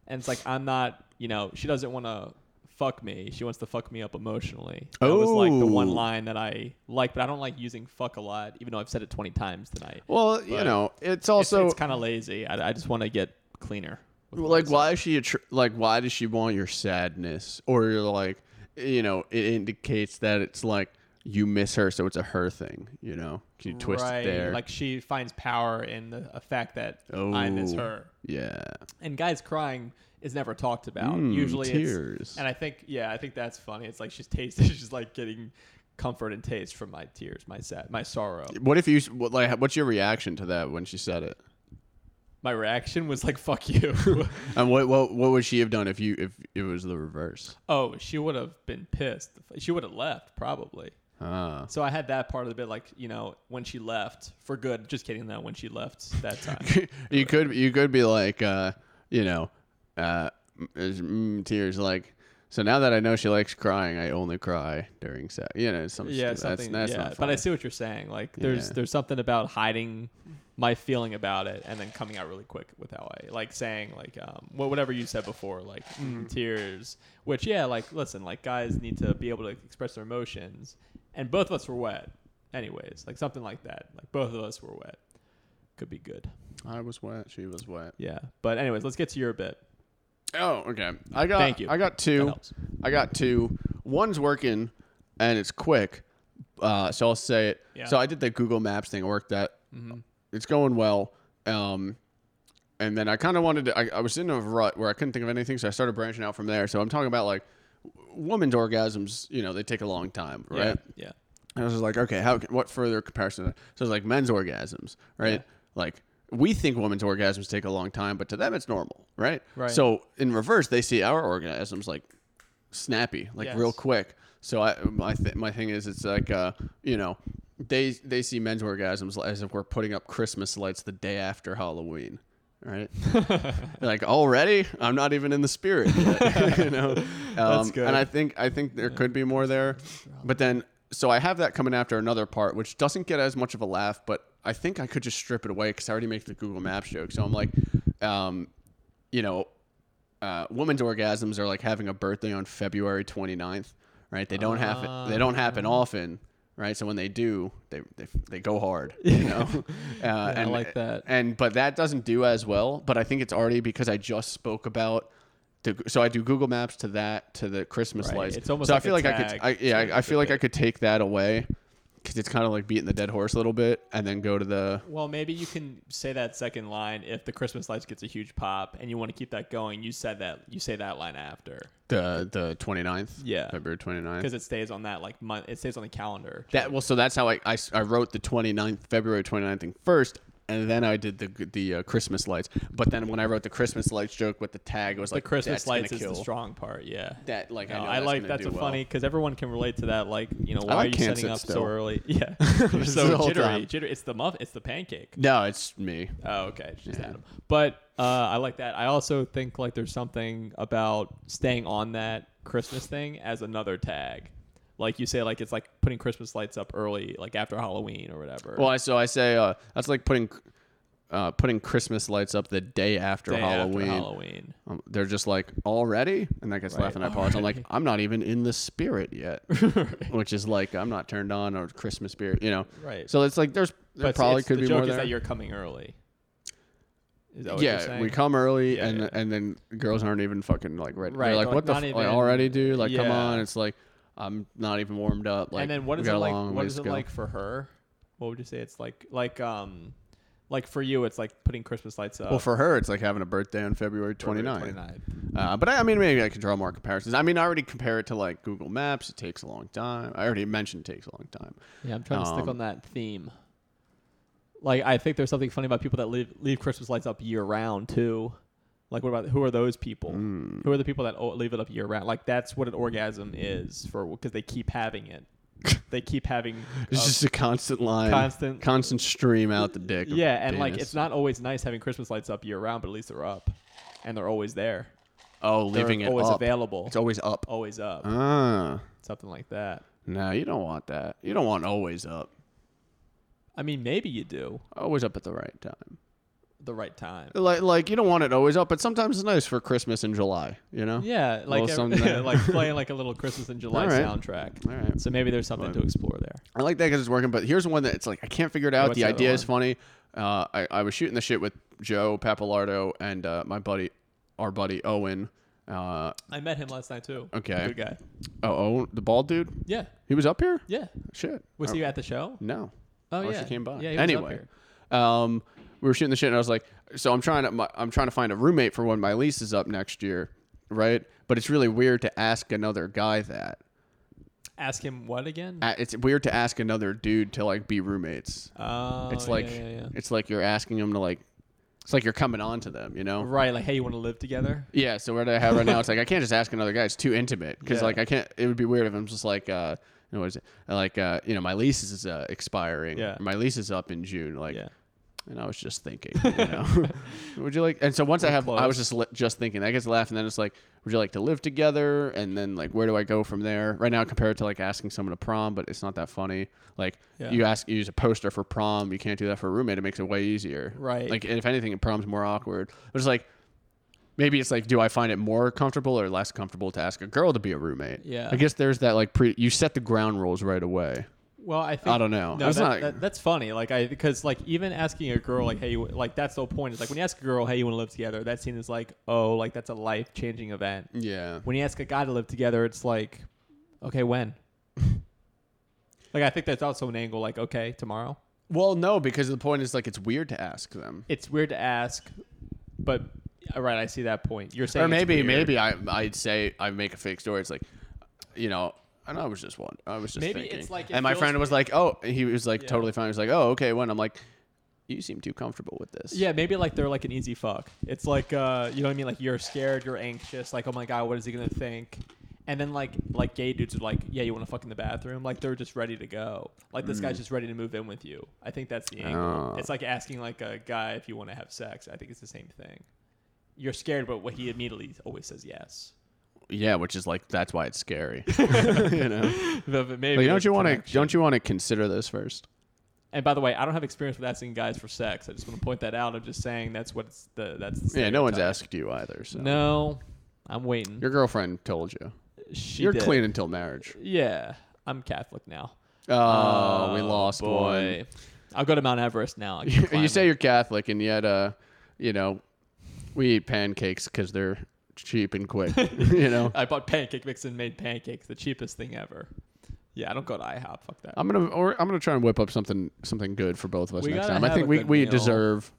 S2: and it's like I'm not you know she doesn't want to fuck me she wants to fuck me up emotionally that was like the one
S1: Oh.
S2: line that I like but I don't like using fuck a lot even though I've said it 20 times tonight
S1: well, you
S2: but
S1: know, it's
S2: It's-
S1: also
S2: it's, kind of lazy I, I just want to get cleaner with what I
S1: like,
S2: say.
S1: why is she attr like? Why does she want your sadness? Or you're like, you know, it indicates that it's like you miss her, so it's a her thing. You know, you twist it there.
S2: Like she finds power in the a fact that I miss
S1: Oh.
S2: her.
S1: yeah,
S2: And guys crying is never talked about.
S1: Mm,
S2: Usually it's-
S1: tears.
S2: and I think yeah, I think that's funny. It's like she's tasting she's like getting comfort and taste from my tears, my sad my sorrow.
S1: What if you what, like? What's your reaction to that when she said it?
S2: My reaction was like fuck you.
S1: And what what what would she have done if you if it was the reverse?
S2: oh, she would have been pissed. She would have left probably.
S1: Ah,
S2: So I had that part of the bit like, you know, when she left for good. Just kidding though, when she left that time.
S1: you could you could be like, uh, you know, uh, there's, mm, tears like. So now that I know she likes crying, I only cry during sex. You know, some
S2: yeah,
S1: stu- that's,
S2: something.
S1: that's
S2: yeah,
S1: not
S2: but I
S1: funny.
S2: see what you're saying. Like, there's
S1: Yeah.
S2: there's something about hiding my feeling about it and then coming out really quick with how I like saying like um wha- whatever you said before, like mm, tears. Which yeah, like listen, like guys need to be able to express their emotions, and both of us were wet, anyways. Like something like that. Like both of us were wet, could be good.
S1: I was wet. She was wet.
S2: Yeah, but anyways, let's get to your bit.
S1: Oh, okay. I got.
S2: Thank you.
S1: I got
S2: That
S1: two.
S2: helps.
S1: I got two. One's working, and it's quick. Uh, so I'll say it.
S2: Yeah. Mm-hmm.
S1: So I did the Google Maps thing. It worked that. It's going well. Um, and then I kind of wanted to. I, I was in a rut where I couldn't think of anything, so I started branching out from there. So I'm talking about like w- women's orgasms. You know, they take a long time, right?
S2: Yeah.
S1: And I was just like, okay, how? can- What further comparison? So it's like men's orgasms, right? Like we think women's orgasms take a long time, but to them it's normal, right?
S2: Right.
S1: So in reverse, they see our orgasms like snappy, like real
S2: Yes.
S1: quick. So I my th- my thing is, it's like uh, you know, they they see men's orgasms as if we're putting up Christmas lights the day after Halloween, right? They're like already, I'm not even in the spirit, yet," you know. Um,
S2: That's good.
S1: And I think I think there could be more there, but then so I have that coming after another part, which doesn't get as much of a laugh, but I think I could just strip it away because I already make the Google Maps joke. So I'm like, um, you know, uh, women's orgasms are like having a birthday on February 29th, right? They don't happen. They don't happen
S2: Ah.
S1: often, right? So when they do, they they, they go hard, you know. uh,
S2: I like that.
S1: And but that doesn't do as well. But I think it's already because I just spoke about. To, so I do Google Maps to that to the Christmas
S2: Right.
S1: lights.
S2: It's almost
S1: so I
S2: like
S1: feel
S2: a
S1: like
S2: tag
S1: I could. I, yeah,
S2: to
S1: I, I feel like
S2: the
S1: I could take that away because it's kind of like beating the dead horse a little bit, and then go to the.
S2: Well, maybe you can say that second line if the Christmas lights gets a huge pop and you want to keep that going. You said that you say that line after
S1: the the 29th
S2: Yeah.
S1: february 29th
S2: because it stays on that like month. It stays on the calendar.
S1: that well so that's how I, I s- I wrote the 29th february 29th thing first and then i did the the uh, christmas lights but then when i wrote the christmas lights joke with the tag it was
S2: the
S1: like
S2: Christmas
S1: that's gonna
S2: lights is
S1: kill.
S2: the strong part. Yeah.
S1: that like
S2: No,
S1: i, know
S2: I,
S1: that's
S2: like
S1: gonna
S2: that's
S1: do
S2: a
S1: well.
S2: funny because everyone can relate to that. Like you know why
S1: like
S2: are you
S1: can't
S2: setting
S1: sit
S2: up so
S1: still.
S2: early? Yeah, you're so
S1: The whole
S2: jittery.
S1: time.
S2: Jittery. It's the muff. It's the pancake.
S1: no it's me
S2: Oh, okay. It's just
S1: Yeah.
S2: Adam. But uh, I like that. I also think like there's something about staying on that Christmas thing as another tag. Like you say, like it's like putting Christmas lights up early, like after Halloween or whatever.
S1: well I, so i say uh that's like putting uh putting christmas lights up the day after
S2: Day after
S1: halloween
S2: Halloween.
S1: Um, they're just like already, and that gets
S2: Right,
S1: laugh and I pause. I'm like,
S2: already.
S1: I'm not even in the spirit yet, which is like I'm not turned on or Christmas spirit, you know.
S2: Right.
S1: So it's like there's there
S2: But
S1: probably
S2: it's-
S1: could
S2: the
S1: be
S2: joke
S1: more
S2: is
S1: there.
S2: that you're coming early. Is that what you're
S1: yeah,
S2: saying?
S1: we come early,
S2: Yeah,
S1: and
S2: yeah.
S1: and then girls aren't even fucking like ready.
S2: Right,
S1: They're like,
S2: they're
S1: what the
S2: like,
S1: f-
S2: not
S1: like,
S2: even-
S1: already, dude? Like, come
S2: Yeah.
S1: on. It's like I'm not even warmed up. Like,
S2: and then what
S1: we
S2: is it
S1: got a
S2: like?
S1: long
S2: What
S1: ways
S2: is
S1: to
S2: it
S1: go.
S2: like for her? What would you say it's like? Like um, Like for you, it's like putting Christmas lights up.
S1: Well, for her, it's like having a birthday on February 29th.
S2: uh, February 29th.
S1: Uh, but I, I mean, maybe I can draw more comparisons. I mean, I already compare it to like Google Maps. It takes a long time. I already mentioned it takes a long time.
S2: Yeah, I'm trying to stick
S1: Um,
S2: on that theme. Like, I think there's something funny about people that leave leave Christmas lights up year round too. Like, what about who are those people?
S1: Mm.
S2: Who are the people that o- leave it up year round? Like, that's what an orgasm is for because they keep having it. they keep having.
S1: It's
S2: uh,
S1: just a constant line,
S2: constant-
S1: constant stream out the dick. of
S2: yeah, and like
S1: penis.
S2: it's not always nice having Christmas lights up year round, but at least they're up, and they're always there.
S1: oh,
S2: They're
S1: leaving it
S2: always
S1: up.
S2: available.
S1: It's always up.
S2: always up.
S1: Ah,
S2: Something like that.
S1: no, you don't want that. You don't want always up.
S2: I mean, maybe you do
S1: Always up at the right time.
S2: the right time.
S1: Like, like you don't want it always up, but sometimes it's nice for Christmas in July. You know.
S2: Yeah, like
S1: Little
S2: every,
S1: something.
S2: like playing like a little Christmas in July
S1: All right.
S2: soundtrack.
S1: All right.
S2: So maybe there's something to explore there.
S1: I like that because it's working. But here's one that it's like I can't figure it out.
S2: what's
S1: the
S2: the other
S1: idea is funny. Uh, I I was shooting the shit with Joe Papalardo and uh, my buddy, our buddy Owen. Uh,
S2: I met him last night too.
S1: Okay.
S2: Good guy.
S1: oh, Owen, the bald dude.
S2: Yeah.
S1: He was up here.
S2: Yeah.
S1: Shit.
S2: Was
S1: I-
S2: he at the show?
S1: No.
S2: Oh
S1: Or
S2: yeah.
S1: she came by.
S2: Yeah. He was up
S1: anyway,
S2: here.
S1: um, we were shooting the shit, and I was like, so I'm trying to, my, I'm trying to find a roommate for when my lease is up next year, right? But it's really weird to ask another guy that.
S2: Ask him what again?
S1: A- It's weird to ask another dude to like be roommates.
S2: Oh,
S1: It's
S2: yeah,
S1: like,
S2: yeah, yeah.
S1: it's like you're asking him to like, it's like you're coming on to them, you know?
S2: right. Like, hey, you want to live together?
S1: Yeah, so what I have right now, it's like I can't just ask another guy. It's too intimate because
S2: Yeah.
S1: like I can't. It would be weird if I'm just like, uh, you know, what is it? Like, uh, you know, my lease is uh, expiring.
S2: Yeah.
S1: my lease is up in June. Like,
S2: Yeah.
S1: and I was just thinking, you know, would you like? And so once I have, I was just li- just thinking. I guess laugh, and then it's like, would you like to live together? And then like, where do I go from there? Right now, compared to like asking someone to prom, but it's not that funny. Like,
S2: Yeah.
S1: you ask, you use a poster for prom. You can't do that for a roommate. It makes it way easier.
S2: Right.
S1: Like, and if anything, prom's more awkward. But it's like. Maybe it's like, do I find it more comfortable or less comfortable to ask a girl to be a roommate?
S2: Yeah.
S1: I guess there's that like pre. You set the ground rules right away.
S2: Well, I think
S1: I don't know.
S2: No,
S1: It's
S2: that-
S1: not-
S2: that- that's funny. Like I because like even asking a girl like hey you- like that's the whole point. It's like when you ask a girl hey you want to live together, that scene is like oh like that's a life changing event.
S1: Yeah.
S2: When you ask a guy to live together, it's like okay when. like I think that's also an angle. Like okay tomorrow.
S1: Well, no, because the point is like it's weird to ask them.
S2: It's weird to ask, but uh, right I see that point. You're saying
S1: or
S2: it's
S1: maybe
S2: weird.
S1: maybe I I'd say I make a fake story. It's like, you know, and I was just one. I was just
S2: Maybe
S1: thinking.
S2: it's like it
S1: and my
S2: feels
S1: friend was like, oh, he was like
S2: Yeah.
S1: totally fine. He was like, oh, okay, when I'm like, you seem too comfortable with this.
S2: Yeah, maybe like they're like an easy fuck. It's like uh, you know what I mean. Like you're scared, you're anxious. Like oh my god, what is he gonna think? And then like like gay dudes are like, yeah, you want to fuck in the bathroom? Like they're just ready to go. Like this guy's just ready to move in with you. I think that's the angle.
S1: Mm. Oh.
S2: It's like asking like a guy if you want to have sex. I think it's the same thing. You're scared, but what he immediately always says yes.
S1: Yeah, which is like that's why it's scary. you know,
S2: But- but maybe
S1: like, don't
S2: the
S1: you want to
S2: connection-
S1: don't you want to consider this first?
S2: And by the way, I don't have experience with asking guys for sex. I just want to point that out. I'm just saying that's what's the that's the
S1: Yeah, no one's
S2: stereotype.
S1: asked you either. So
S2: No, I'm waiting.
S1: your girlfriend told you
S2: She
S1: you're
S2: did.
S1: clean until marriage.
S2: Yeah, I'm Catholic now.
S1: Oh, we lost
S2: boy. I'll go to Mount Everest now. I can
S1: one.
S2: climb
S1: you say
S2: it.
S1: you're Catholic, and yet, uh, you know, we eat pancakes because they're cheap and quick. you know,
S2: I bought pancake mix and made pancakes, the cheapest thing ever. Yeah, I don't go to IHOP. Fuck that.
S1: I'm gonna or I'm gonna try and whip up something something good for both of us
S2: We
S1: next
S2: gotta
S1: time. I
S2: have
S1: think
S2: a
S1: we,
S2: good
S1: we
S2: meal.
S1: deserve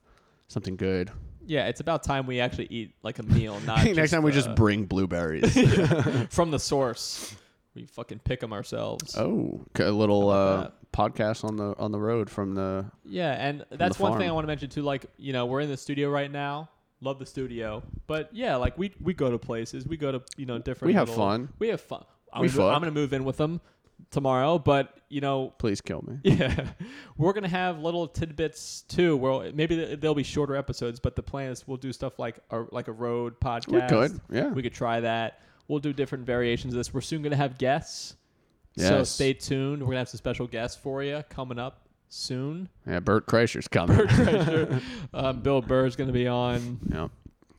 S1: something good.
S2: yeah, it's about time we actually eat like a meal, not
S1: I think next
S2: just,
S1: time we just
S2: uh,
S1: bring blueberries.
S2: from the source. We fucking pick them ourselves.
S1: oh, okay, a little
S2: How
S1: uh,
S2: about
S1: podcast on the on the road from the.
S2: Yeah, and that's one thing
S1: farm.
S2: I want to mention too. Like, you know, we're in the studio right now. Love the studio, but yeah, like we we go to places. We go to you know different.
S1: We have
S2: little-
S1: fun.
S2: We have fun. I'm,
S1: We
S2: gonna,
S1: fuck.
S2: I'm gonna move in with them tomorrow, but you know,
S1: Please kill me.
S2: yeah, we're gonna have little tidbits too. Where maybe th- they'll be shorter episodes, but the plan is we'll do stuff like a like a road
S1: We
S2: podcast.
S1: could, yeah.
S2: we could try that. We'll do different variations of this. We're soon gonna have guests, so
S1: Yes.
S2: stay tuned. We're gonna have some special guests for you coming up soon.
S1: yeah, Bert Kreischer's coming.
S2: Um, Bill Burr's going to be on.
S1: yeah.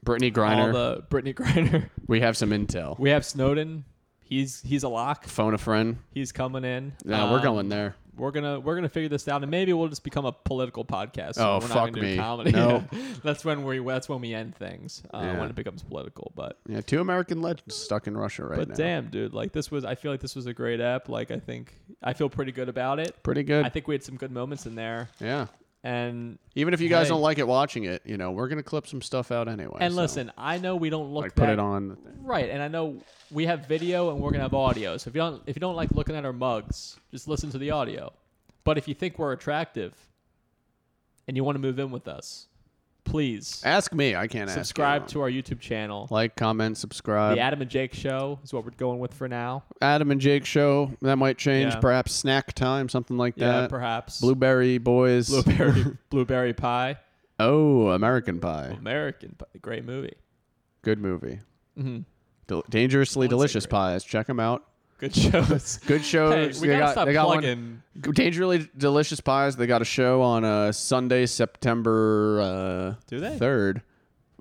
S1: Brittany
S2: All
S1: Griner.
S2: the Brittany Griner.
S1: we have some intel.
S2: We have Snowden. He's he's a lock.
S1: Phone a friend.
S2: He's coming in.
S1: Yeah, we're
S2: Um,
S1: going there.
S2: We're gonna we're gonna figure this out, and maybe we'll just become a political podcast. so
S1: Oh,
S2: we're not
S1: fuck
S2: gonna do
S1: me.
S2: Comedy.
S1: No.
S2: that's when we that's when we end things uh,
S1: Yeah.
S2: when it becomes political. But
S1: Yeah, two American legends stuck in Russia right
S2: but
S1: now.
S2: damn, dude, like this was I feel like this was a great app. Like I think I feel pretty good about it.
S1: Pretty good.
S2: I think we had some good moments in there.
S1: yeah.
S2: And
S1: Even if you guys
S2: Hey.
S1: don't like it watching it, you know, we're going to clip some stuff out anyway.
S2: and
S1: so,
S2: listen, I know we don't look
S1: like put
S2: back-
S1: it on. the thing.
S2: Right, and I know we have video and we're gonna have audio. So if you don't if you don't like looking at our mugs, just listen to the audio. But if you think we're attractive and you want to move in with us, please
S1: Ask me. I can't ask.
S2: subscribe
S1: you. Uh,
S2: to our YouTube channel.
S1: like, comment, subscribe.
S2: The Adam and Jake Show is what we're going with for now.
S1: Adam and Jake show that might change.
S2: Yeah.
S1: Perhaps snack time, something like
S2: Yeah,
S1: that.
S2: Uh, perhaps
S1: Blueberry boys.
S2: blueberry blueberry pie,
S1: oh, American Pie.
S2: American, pie, great movie.
S1: Good movie.
S2: Mhm.
S1: Del- Dangerously
S2: Won't say
S1: Delicious
S2: great.
S1: Pies. Check them out.
S2: Good shows.
S1: Good
S2: hey,
S1: shows.
S2: we
S1: They
S2: gotta
S1: got-
S2: stop
S1: they got one-
S2: plugging.
S1: Dangerously Delicious Pies. They got a show on uh, Sunday, September uh,
S2: Do they?
S1: third,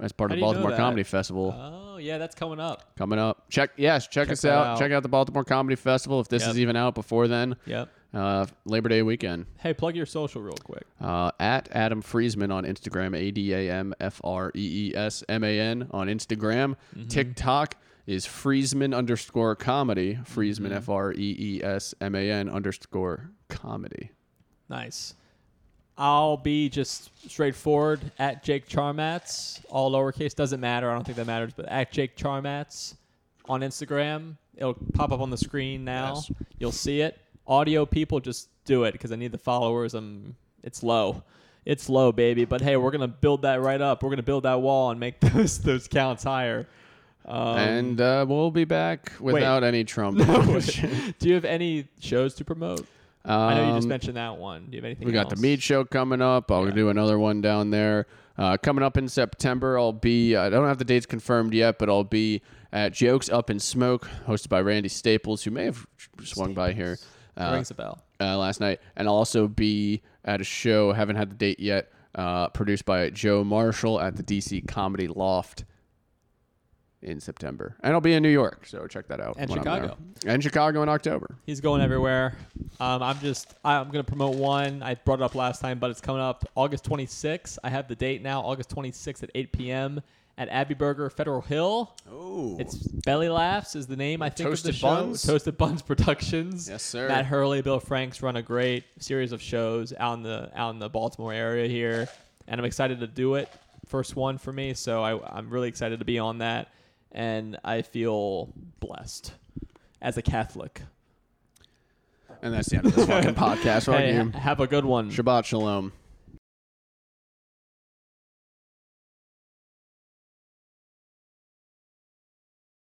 S1: as part
S2: How
S1: of the
S2: do you know
S1: Baltimore
S2: that?
S1: Comedy Festival
S2: Oh yeah, that's coming up.
S1: coming up. Check yes, check, us
S2: that
S1: out.
S2: out.
S1: Check out the Baltimore Comedy Festival if this
S2: Yep.
S1: is even out before then.
S2: Yep.
S1: Uh, Labor Day weekend.
S2: Hey, plug your social real quick.
S1: Uh, at Adam Friesman on Instagram, A D A M F R E E S M A N on Instagram.
S2: Mm-hmm.
S1: TikTok is Friesman underscore comedy.
S2: Mm-hmm.
S1: Friesman F R E E S M A N underscore comedy.
S2: Nice. I'll be just straightforward at Jake Charmatz, all lowercase. Doesn't matter. I don't think that matters. But at Jake Charmatz on Instagram, it'll pop up on the screen now.
S1: Yes.
S2: You'll see it. Audio people, just do it because I need the followers. I'm. It's low. It's low, baby. But hey, we're gonna build that right up. We're gonna build that wall and make those those counts higher. Um,
S1: and uh, we'll be back without any Trump.
S2: do you have any shows to promote? I know you just
S1: Um,
S2: mentioned that one. Do you have anything?
S1: We got the
S2: else?
S1: meat show coming up. I'll do another one down there. Uh, coming up in September, I'll be, I don't have the dates confirmed yet, but I'll be at Jokes Up in Smoke, hosted by Randy Staples, who may have swung by here uh,
S2: Rings a bell.
S1: uh, last night. And I'll also be at a show, haven't had the date yet, uh, produced by Joe Marshall at the DC Comedy Loft in September. And I'll be in New York, so check that out.
S2: And
S1: when I'm there.
S2: Chicago.
S1: And Chicago in October.
S2: He's going everywhere. Um, I'm just I'm gonna promote one. I brought it up last time, but it's coming up August 26th. I have the date now, August 26th at 8 p.m. at Abbey Burger Federal Hill.
S1: Oh.
S2: It's Belly Laughs is the name I think
S1: Toasted
S2: of the show.
S1: Buns?
S2: Toasted Buns Productions.
S1: Yes, sir.
S2: Matt Hurley, Bill Franks run a great series of shows out in the out in the Baltimore area here, and I'm excited to do it. First one for me, so I, I'm really excited to be on that, and I feel blessed as a Catholic.
S1: And that's the end of this fucking podcast. Right
S2: Hey,
S1: here.
S2: ha- have a good one.
S1: Shabbat shalom.